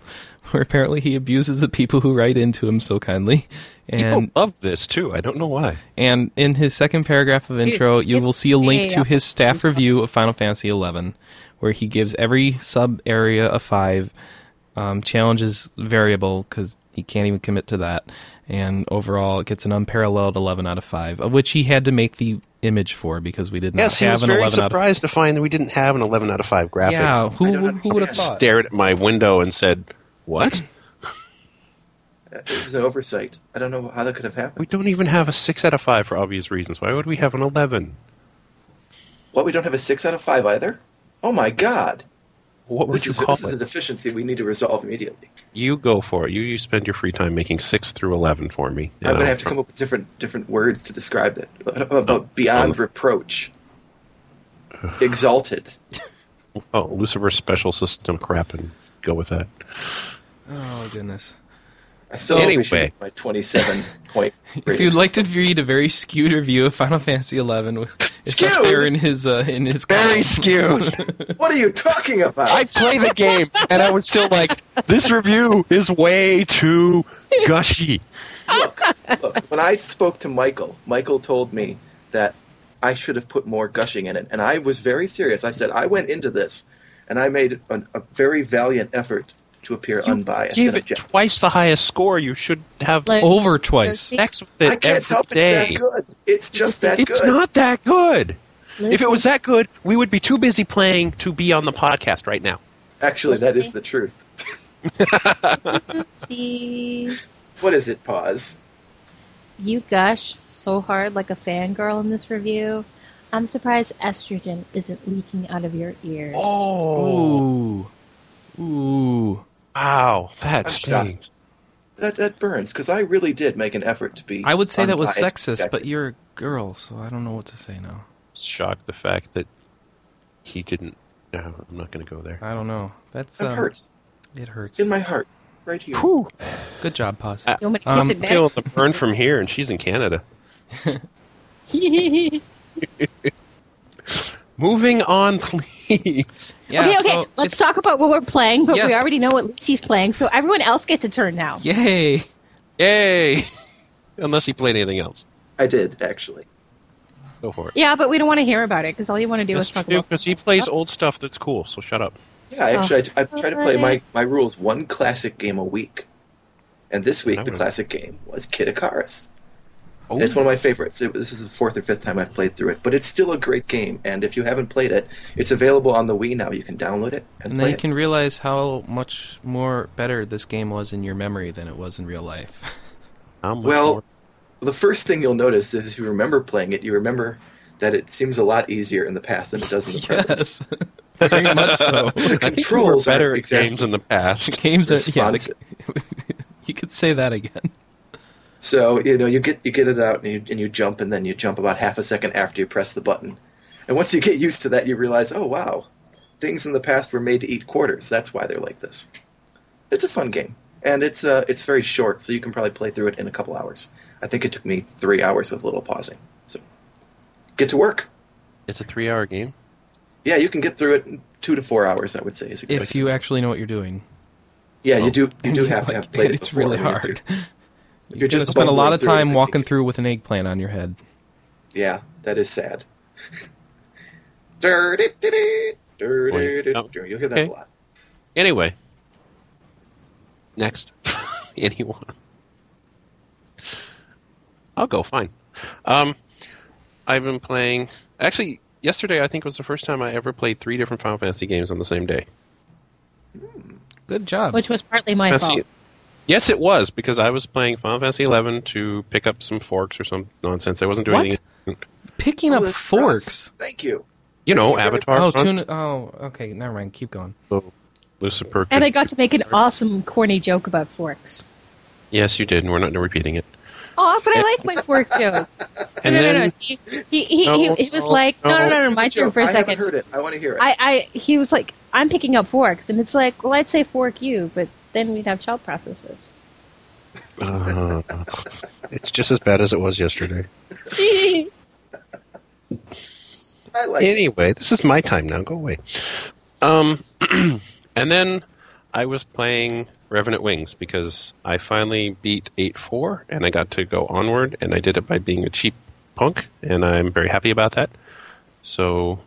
S1: where apparently he abuses the people who write into him so kindly. And
S2: People love Oh, this too. I don't know why.
S1: and in his second paragraph of intro, you
S3: it's
S1: will see a link
S3: way
S1: to
S3: up.
S1: his staff review of Final Fantasy XI, where he gives every sub area a five, um, challenges variable because he can't even commit to that, and overall it gets an unparalleled 11 out of five, of which he had to make the image for because we did not
S2: Yes, he
S1: have
S2: was
S1: an
S2: very
S1: 11 out of
S2: surprised to find that we didn't have an eleven out of five graphic.
S1: Yeah, who,
S4: I don't
S1: who would have
S4: understand.
S1: thought?
S2: Stared at my window and said, "What?
S4: It was an oversight. I don't know how that could have
S2: We
S4: happened.
S2: don't even have a six out of five for obvious reasons. Why would we have an eleven?
S4: What, we don't have a 6 out of 5 either? Oh my god.
S2: What would
S4: This,
S2: you
S4: is,
S2: call
S4: this is a
S2: it?
S4: deficiency we need to resolve immediately.
S2: You go for it. You you spend your free time making six through eleven for me.
S4: I'm going
S2: And
S4: to have to come up with different different words to describe that. About
S1: Oh.
S4: beyond reproach, exalted.
S2: Oh, Lucifer's special system crap and go with that.
S1: Oh goodness.
S4: I still
S2: Anyway.
S4: anyway. my 27 point.
S1: If you'd like to read a very skewed review of Final Fantasy XI, it's up
S7: Skewed?
S1: there in his uh, in his
S7: Very
S1: column.
S7: skewed.
S4: What are you talking about?
S7: I play the game, and I was still like, this review is way too gushy.
S4: Look, when I spoke to Michael, Michael told me that I should have put more gushing in it, and I was very serious. I said I went into this, and I made an, a very valiant effort to appear unbiased.
S2: Give
S4: and
S2: it
S4: objective.
S2: twice the highest score. You should have
S3: Like,
S1: Over twice.
S2: sex with it
S4: I can't
S2: every
S4: help
S2: day.
S4: it's that good. It's just that
S2: It's
S4: good.
S2: not that good.
S3: Lucy,
S2: If it was that good, we would be too busy playing to be on the podcast right now.
S4: Actually, that is the truth.
S3: Lucy,
S4: What is it? Pause.
S3: you gush so hard like a fangirl in this review. I'm surprised estrogen isn't leaking out of your ears.
S2: Oh,
S1: Ooh. Ooh.
S2: wow, that
S4: I'm shocked.
S2: stinks.
S4: That that burns because I really did make an effort to be.
S1: I would say that was
S4: unbiased,
S1: sexist, but
S4: objective.
S1: you're a girl, so I don't know what to say now.
S2: Shocked the fact that he didn't. No, I'm not going to go there.
S1: I don't know. That's
S4: that
S1: um,
S4: hurts
S1: It hurts.
S4: in my heart, right here.
S2: Whew.
S1: Good job, pause.
S2: I-
S3: You want me to kiss
S1: Um,
S3: it back?
S2: Feeling the burn from here, and she's in Canada. Moving on, please.
S1: Yeah,
S3: okay, okay.
S1: so
S3: Let's
S1: it's-
S3: talk about what we're playing, but
S1: Yes.
S3: we already know what Lucy's playing, so everyone else gets a turn now.
S1: Yay!
S2: Yay! Unless he played anything else.
S4: I did actually.
S2: Go for it.
S3: Yeah, but we don't want to hear about it because all you want to do is talk about.
S2: Because he plays old stuff that's cool, so shut up.
S4: Yeah, actually, I, I try to play my, my rules one classic game a week. And this week,
S2: That
S4: the
S2: would-
S4: classic game was Kid Icarus.
S2: Oh,
S4: And it's one of my favorites. It, this is the fourth or fifth time I've played through it, but it's still a great game. And if you haven't played it, it's available on the Wii now. You can download it
S1: And
S4: and, play
S1: then you
S4: it.
S1: can realize how much more better this game was in your memory than it was in real life.
S2: how much
S4: well-
S2: more-
S4: The first thing you'll notice is if you remember playing it, you remember that it seems a lot easier in the past than it does in the present.
S1: yes, very much so.
S4: The
S2: I think we were
S4: controls
S2: better
S4: are
S2: at
S4: exactly
S2: games in the past.
S1: Games are yeah. The,
S4: responsive.
S1: you could say that again.
S4: So you know you get you get it out and you, and you jump and then you jump about half a second after you press the button, and once you get used to that, you realize, oh wow, things in the past were made to eat quarters. That's why they're like this. It's a fun game, and it's uh, it's very short, so you can probably play through it in a couple hours. I think it took me three hours with a little pausing. So get to work.
S2: It's a three-hour game.
S4: Yeah, you can get through it in two to four hours. I would say is a good.
S1: If you actually know what you're doing,
S4: yeah, you do you do
S1: You're
S4: have to
S1: like,
S4: have played
S1: "Man,
S4: it.
S1: It's
S4: before.
S1: really
S4: I mean, if
S1: hard.
S4: You're,
S1: You're
S4: you're
S1: gonna
S4: just
S1: spend a lot of
S4: bumbling through it,
S1: time
S4: I think
S1: walking
S4: you-
S1: through with an eggplant on your head.
S4: Yeah, that is sad. Dur- di- di- di- dur- di- di-
S2: Oh,
S4: dur. You'll hear that
S2: okay.
S4: a lot.
S2: Anyway, next, anyone? I'll go. Fine. Um, I've been playing. Actually, yesterday I think was the first time I ever played three different Final Fantasy games on the same day.
S1: Good job.
S3: Which was partly my
S2: Fantasy-
S3: fault.
S2: Yes, it was because I was playing Final Fantasy Eleven to pick up some forks or some nonsense. I wasn't doing
S1: What?
S2: anything.
S1: Picking
S4: Oh,
S1: up
S4: that's
S1: forks.
S4: gross. Thank you.
S2: You know,
S4: Thank you very
S2: Avatar.
S1: oh,
S2: Sun-
S1: tuna. Oh, okay. Never mind. Keep going.
S2: So, Lucifer.
S3: And I
S2: could-
S3: got to make an awesome corny joke about forks.
S2: yes, you did, and we're not repeating it.
S3: Oh, but I like my fork joke.
S2: And
S3: no,
S2: then
S3: no, no, no. See, he, he,
S2: No,
S3: he, he was
S2: no,
S3: like, no,
S2: no.
S3: no, no, no,
S4: It's a
S3: my
S4: joke.
S3: turn for a
S4: I haven't
S3: second.
S4: heard it. I want to hear it.
S3: I, I, he was like, I'm picking up forks, and it's like, well, I'd say fork you, but then we'd have child processes.
S2: Uh,
S7: It's just as bad as it was yesterday.
S4: I like it.
S7: Anyway, this is my time now. Go away.
S2: um, and then I was playing Revenant Wings because I finally beat eight four, and I got to go onward, and I did it by being a cheap punk, and I'm very happy about that. So.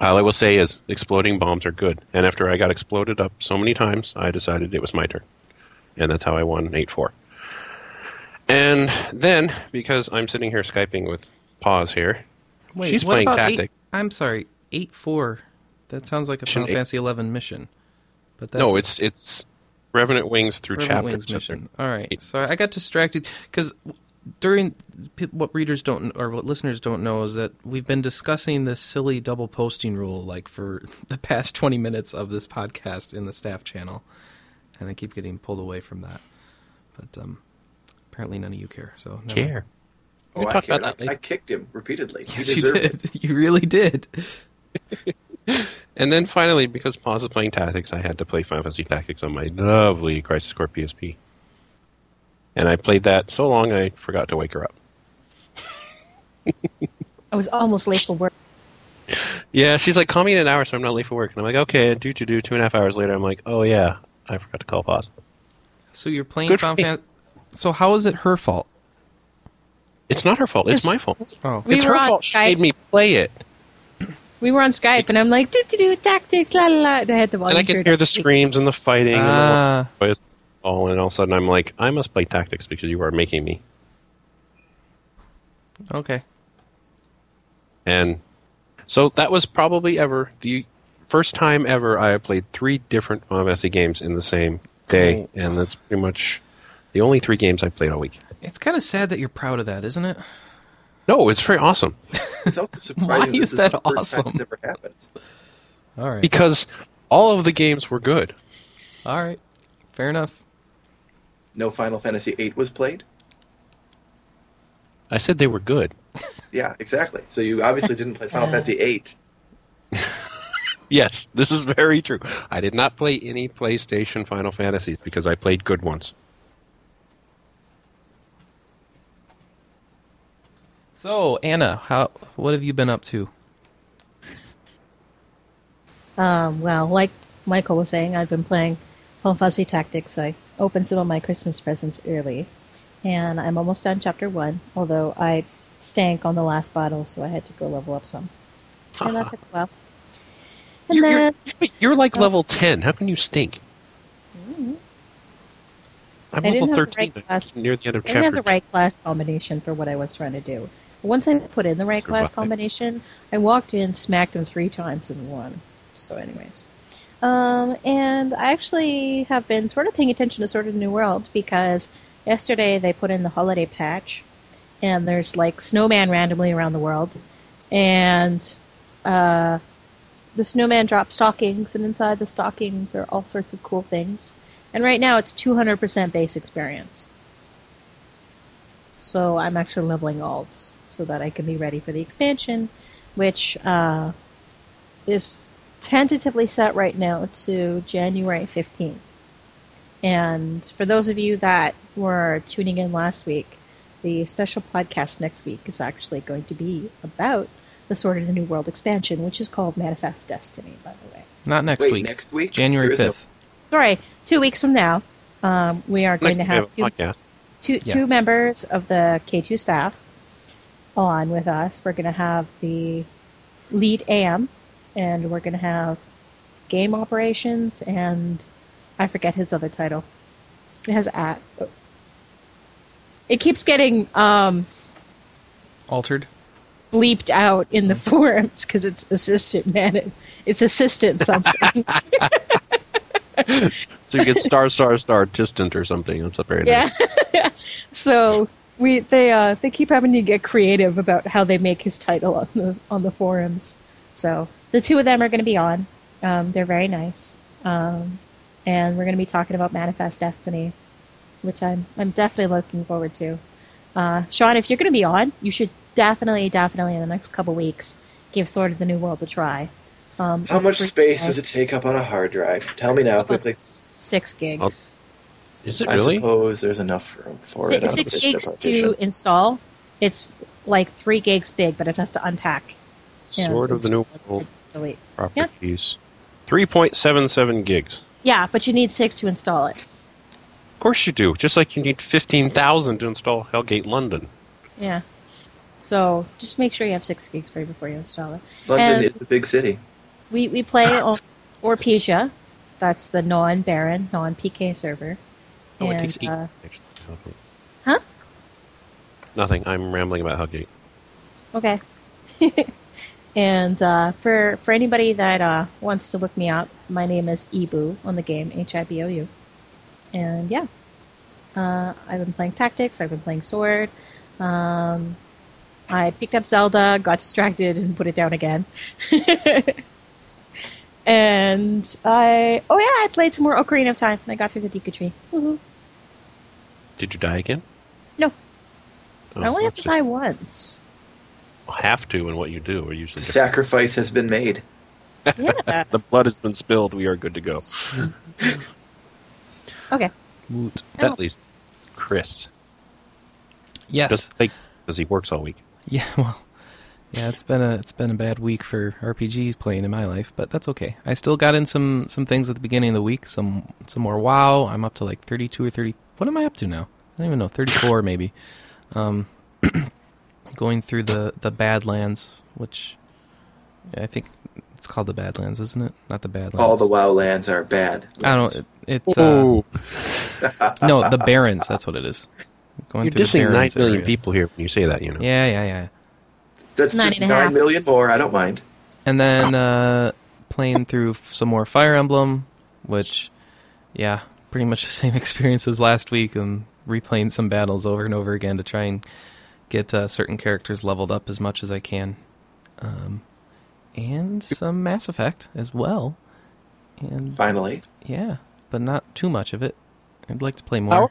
S2: All I will say is exploding bombs are good. And after I got exploded up so many times, I decided it was my turn. And that's how I won 8 4. And then, because I'm sitting here Skyping with Pause here,
S1: Wait,
S2: She's
S1: what
S2: playing
S1: about
S2: tactic.
S1: Eight, I'm sorry, eight four. That sounds like a
S2: Shouldn't
S1: Final
S2: eight-
S1: Fantasy eleven mission. But that's
S2: no, it's it's Revenant Wings through
S1: Revenant
S2: chapters.
S1: Wings mission. All right, sorry, I got distracted because during pe- what readers don't or what listeners don't know is that we've been discussing this silly double posting rule like for the past twenty minutes of this podcast in the staff channel, and I keep getting pulled away from that. But um, apparently, none of you care. So never mind.
S2: Care.
S4: Oh, I,
S2: talked
S4: cared.
S2: about that
S4: I-
S2: later.
S4: I kicked him repeatedly.
S1: Yes,
S4: he
S1: you
S4: deserved
S1: did.
S4: it.
S1: You really did.
S2: And then finally, because Pause is playing Tactics, I had to play Final Fantasy Tactics on my lovely Crisis Core PSP. And I played that so long I forgot to wake her up.
S3: I was almost late for work.
S2: Yeah, she's like, call me in an hour so I'm not late for work. And I'm like, okay, do to do. Two and a half hours later, I'm like, oh yeah, I forgot to call pause.
S1: So you're playing
S2: Good for
S1: Final
S2: me.
S1: Fantasy. So how is it her fault?
S2: It's not her fault. It's,
S7: It's-
S2: my fault.
S1: Oh,
S3: We
S2: it's
S3: were
S2: her
S3: on
S2: fault. She
S3: Skype.
S2: made me play it.
S3: We were on Skype, and I'm like, do do do tactics, la la la. And I had the volume.
S2: And I could
S3: turned
S2: hear
S3: up.
S2: the screams and the fighting and
S1: ah,
S2: the noise. All and all of a sudden, I'm like, I must play tactics because you are making me.
S1: okay.
S2: And so that was probably ever the first time ever I played three different Final Fantasy games in the same day, and that's pretty much the only three games I played all week.
S1: It's kind of sad that you're proud of that, isn't it?
S2: No, it's very awesome
S4: It's also surprising
S1: is
S4: this is
S1: that
S4: the first time
S1: awesome?
S4: it's ever happened.
S1: All right,
S2: because all of the games were good.
S1: all right, fair enough.
S4: No Final Fantasy VIII was played.
S2: I said they were good.
S4: Yeah, exactly. So you obviously didn't play Final Fantasy VIII.
S2: Yes, this is very true. I did not play any PlayStation Final Fantasies because I played good ones.
S1: So Anna, how what have you been up to?
S3: Um, well, like Michael was saying, I've been playing Final Fantasy Tactics. So I opened some of my Christmas presents early, and I'm almost done chapter one. Although I stank on the last battle, so I had to go level up some, and that took a while. And
S2: You're-
S3: then
S2: Wait, you're like
S3: Oh.
S2: level 10. How can you stink? I'm
S3: I didn't
S2: level
S3: have the
S2: 13
S3: right class.
S2: near the end of
S3: I didn't have
S2: chapter
S3: the right class combination for what I was trying to do. Once I put in the right class
S2: Survive.
S3: combination, I walked in, smacked him three times, and won. So, anyways, um, and I actually have been sort of paying attention to sort of New World because yesterday they put in the holiday patch, and there's like snowman randomly around the world, and uh, the snowman drops stockings, and inside the stockings are all sorts of cool things. And right now it's 200% base experience. So I'm actually leveling alts so that I can be ready for the expansion, which uh, is tentatively set right now to January 15th. And for those of you that were tuning in last week, the special podcast next week is actually going to be about the Sword of the New World expansion, which is called Manifest Destiny, by the way.
S1: Not next
S4: Wait,
S1: week,
S4: next week? There
S1: January
S4: is no-
S1: fifth.
S3: Sorry, two weeks from now, um, we are
S2: Next
S3: going to
S2: time we
S3: have
S2: have a
S3: two
S2: podcast.
S3: two
S1: Yeah.
S3: two members of the K2 staff on with us. We're going to have the lead AM, and we're going to have game operations, and I forget his other title. It has at. It keeps getting um,
S1: Altered.
S3: bleeped out in the forums because it's assistant man. It's assistant something.
S2: So you get star, star, star, distant or something. That's a very
S3: yeah. so we they uh they keep having to get creative about how they make his title on the on the forums. So the two of them are going to be on. Um, they're very nice, um, and we're going to be talking about Manifest Destiny, which I'm I'm definitely looking forward to. Uh, Sean, if you're going to be on, you should definitely, definitely in the next couple weeks give Sword of the New World a try. Um,
S4: How
S3: it's
S4: much
S3: free
S4: space
S3: today.
S4: does it take up on a hard drive? Tell me now
S3: About
S4: quickly.
S3: six gigs.
S2: I'll- Is it
S4: I
S2: really?
S4: suppose there's enough room for it.
S3: Si-
S4: on
S3: six
S4: this
S3: gigs to
S4: application.
S3: install. It's like three gigs big, but it has to unpack. and
S2: Sword of the New
S3: install it,
S2: World
S3: Delete.
S2: properties. 3.77 gigs.
S3: Yeah, but you need six to install it.
S2: Of course you do. Just like you need 15,000 to install Hellgate London.
S3: Yeah. So just make sure you have six gigs free before you install it.
S4: London
S3: and-
S4: is a big city.
S3: We we play on Orpesia. That's the non-Baron, non-PK server.
S2: Oh,
S3: and,
S2: it takes eight.
S3: uh,
S2: actually. Okay.
S3: Huh?
S2: Nothing. I'm rambling about Hellgate.
S3: Okay. and uh, for for anybody that uh, wants to look me up, my name is Ibu on the game H I B O U. And yeah, uh, I've been playing tactics. I've been playing sword. Um, I picked up Zelda, got distracted, and put it down again. and I oh yeah, I played some more Ocarina of Time. I got through the Deku Tree. Woohoo.
S2: Did you die again?
S3: No,
S2: Oh,
S3: I only have
S2: that's
S3: to
S2: just-
S3: die once.
S2: Have to and what you do are usually different.
S4: The sacrifice has been made.
S3: Yeah.
S2: The blood has been spilled. We are good to go.
S3: okay.
S1: Woot.
S3: Oh.
S2: At least. Chris.
S1: Yes.
S2: Does like because he works all week.
S1: Yeah, well, yeah, it's been a it's been a bad week for RPGs playing in my life, but that's okay. I still got in some some things at the beginning of the week, some some more WoW. I'm up to like 32 or 30. What am I up to now? I don't even know. 34 maybe. Um, going through the the Badlands, which I think it's called the Badlands, isn't it? Not the Badlands.
S4: All the WoW lands are bad.
S1: I
S4: lands.
S1: don't. It, it's uh,
S7: Oh,
S1: no the Barrens. That's what it is. Going
S2: You're
S1: through the
S2: dissing nine
S1: Barrens
S2: million
S1: area.
S2: people here when you say that. You know.
S1: Yeah, yeah, yeah.
S4: That's
S3: Nine
S4: just
S3: and a half.
S4: nine million more. I don't mind.
S1: And then uh, playing through f- some more Fire Emblem, which, yeah, pretty much the same experience as last week. And replaying some battles over and over again to try and get uh, certain characters leveled up as much as I can. Um, and some Mass Effect as well. And
S4: Finally,
S1: yeah, but not too much of it. I'd like to play more.
S7: How-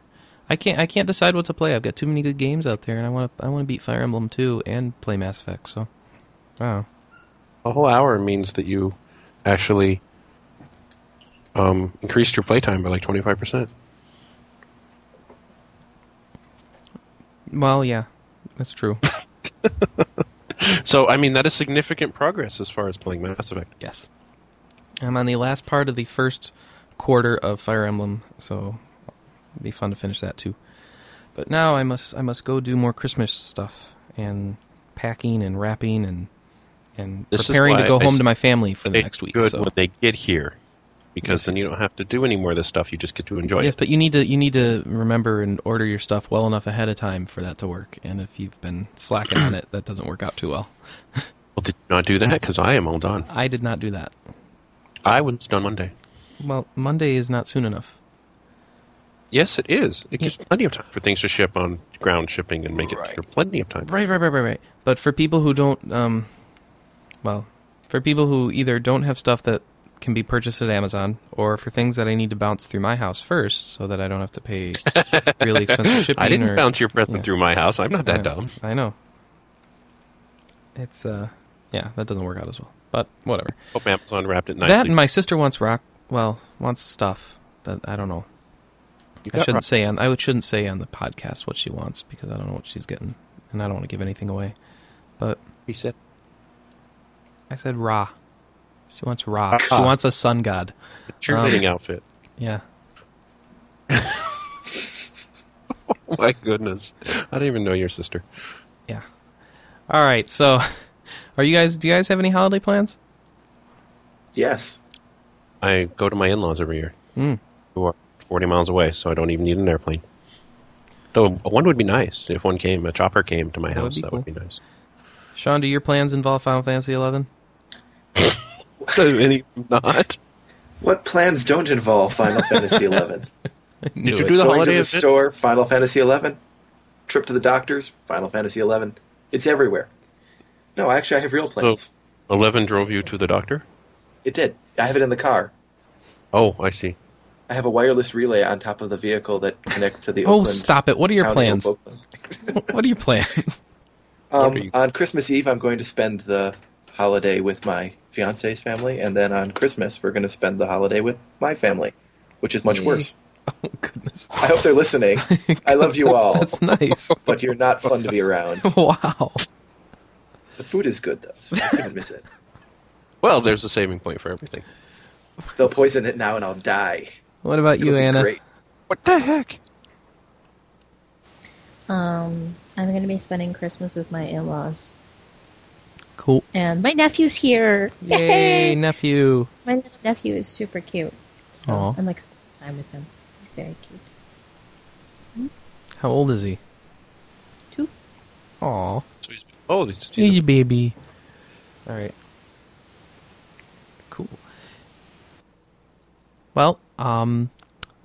S1: I can't. I can't decide what to play. I've got too many good games out there, and I want to. I want to beat Fire Emblem too, and play Mass Effect. So, wow.
S2: A whole hour means that you actually um, increased your playtime by like twenty five percent.
S1: Well, yeah, that's true.
S2: So I mean that is significant progress as far as playing Mass Effect.
S1: yes, I'm on the last part of the first quarter of Fire Emblem, so it'll be fun to finish that too. But now I must I must go do more Christmas stuff and packing and wrapping and and
S2: This is
S1: preparing to
S2: why
S1: go
S2: I
S1: home
S2: s-
S1: to my family for the
S2: It's
S1: next week.
S2: Good
S1: so.
S2: when they get here, because
S1: Yes,
S2: then you
S1: yes.
S2: don't have to do any more of this stuff. You just get to enjoy
S1: Yes,
S2: it.
S1: but you need to you need to remember and order your stuff well enough ahead of time for that to work. And if you've been slacking on it, that doesn't work out too well.
S2: Well, did you not do that because I am all done.
S1: I did not do that.
S2: I was done Monday.
S1: Well, Monday is not soon enough.
S2: Yes, it is. It gives plenty of time for things to ship on ground shipping and make
S1: Right.
S2: it here. Plenty of time.
S1: Right, right, right, right, right. But for people who don't, um, well, for people who either don't have stuff that can be purchased at Amazon, or for things that I need to bounce through my house first, so that I don't have to pay really expensive shipping.
S2: I didn't
S1: or,
S2: bounce your present
S1: yeah.
S2: through my house. I'm not that
S1: I-
S2: dumb.
S1: I know. It's uh, yeah, that doesn't work out as well. But whatever.
S2: Hope Amazon wrapped it
S1: That
S2: nicely.
S1: and my sister wants rock. Well, wants stuff that I don't know.
S2: You
S1: I
S2: got
S1: shouldn't
S2: rock-
S1: say on. I shouldn't say on the podcast what she wants because I don't know what she's getting, and I don't want to give anything away. But
S2: He said,
S1: I said Ra. She wants Ra. She wants a sun god.
S2: "The cheerleading outfit."
S1: Yeah.
S2: Oh my goodness, I don't even know your sister.
S1: All right. So, are you guys? Do you guys have any holiday plans?
S4: yes.
S2: I go to my in-laws every year,
S1: Hmm.
S2: who are 40 miles away, so I don't even need an airplane. Though one would be nice if one came, a chopper came to my
S1: That would
S2: house.
S1: be
S2: that would be
S1: cool.
S2: nice.
S1: Sean, do your plans involve Final Fantasy Eleven?
S2: Does any not?
S4: What plans don't involve Final Fantasy Eleven?
S2: Did you do the
S4: Going to
S2: holiday?
S4: the
S2: visit?
S4: store, Final Fantasy Eleven. Trip to the doctor's, Final Fantasy Eleven. It's everywhere. No, actually, I have real plans.
S2: Eleven drove you to the doctor.
S4: It did. I have it in the car.
S2: Oh, I see.
S4: I have a wireless relay on top of the vehicle that connects to the.
S1: Oh,
S4: Oakland
S1: stop it! What are your
S4: County
S1: plans?
S4: of Oakland.
S1: What are your plans?
S2: What are you-
S4: Um, on Christmas Eve, I'm going to spend the holiday with my fiance's family, and then on Christmas, we're going to spend the holiday with my family, which is much
S1: Yay.
S4: worse.
S1: Oh goodness!
S4: I hope they're listening. I love you all,
S1: That's nice.
S4: but you're not fun to be around.
S1: wow.
S4: The food is good though, so I couldn't miss it.
S2: Well, there's a saving point for everything.
S4: They'll poison it now, and I'll die.
S1: What about
S4: It'll
S1: you,
S4: be
S1: Anna?
S4: great.
S7: what the heck?
S3: Um, I'm going to be spending Christmas with my in-laws,
S1: Cool.
S3: and my nephew's here.
S1: Yay, nephew.
S3: my little nephew is super cute, so
S1: Aw.
S3: I'm like spending time with him. He's very cute.
S1: How old is he?
S3: Two.
S1: Aw.
S2: So he's, oh, he's, he's
S1: Hey, baby. All right. Cool. Well, um,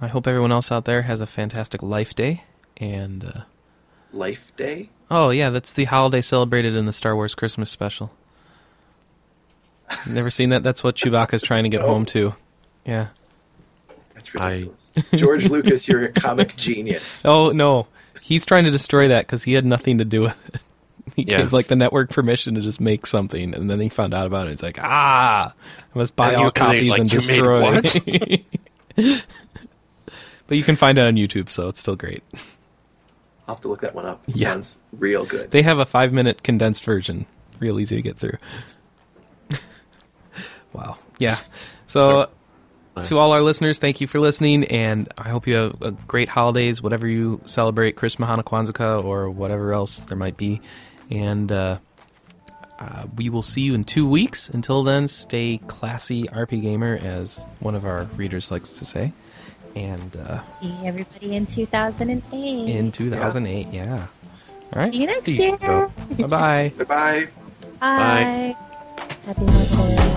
S1: I hope everyone else out there has a fantastic life day. And uh,
S4: Life Day.
S1: oh yeah, that's the holiday celebrated in the Star Wars Christmas special. Never seen that. That's what Chewbacca's trying to get
S4: No.
S1: home to. Yeah.
S4: That's
S2: I-
S4: ridiculous. George Lucas, you're a comic genius.
S1: Oh no, he's trying to destroy that because he had nothing to do with it. He
S2: Yeah.
S1: gave like the network permission to just make something, and then he found out about it. He's like, ah, I must buy
S2: And
S1: all
S2: you- and
S1: copies
S2: he's like,
S1: and
S2: "You made
S1: destroy. but you can find it on YouTube, so it's still great.
S4: I'll have to look that one up. It
S1: Yeah.
S4: Sounds real good.
S1: They have a five minute condensed version. Real easy to get through. wow. Yeah. So, to all our listeners, thank you for listening, and I hope you have a great holidays, whatever you celebrate Christmas, Hanukkah, Kwanzaa, or whatever else there might be. And uh, uh, we will see you in two weeks. Until then, stay classy, RP Gamer, as one of our readers likes to say. And uh,
S3: See everybody in 2008.
S1: in 2008, yeah. All right.
S3: See you next
S1: See you.
S3: year.
S1: Bye bye.
S4: Bye bye.
S3: Bye. Happy holidays.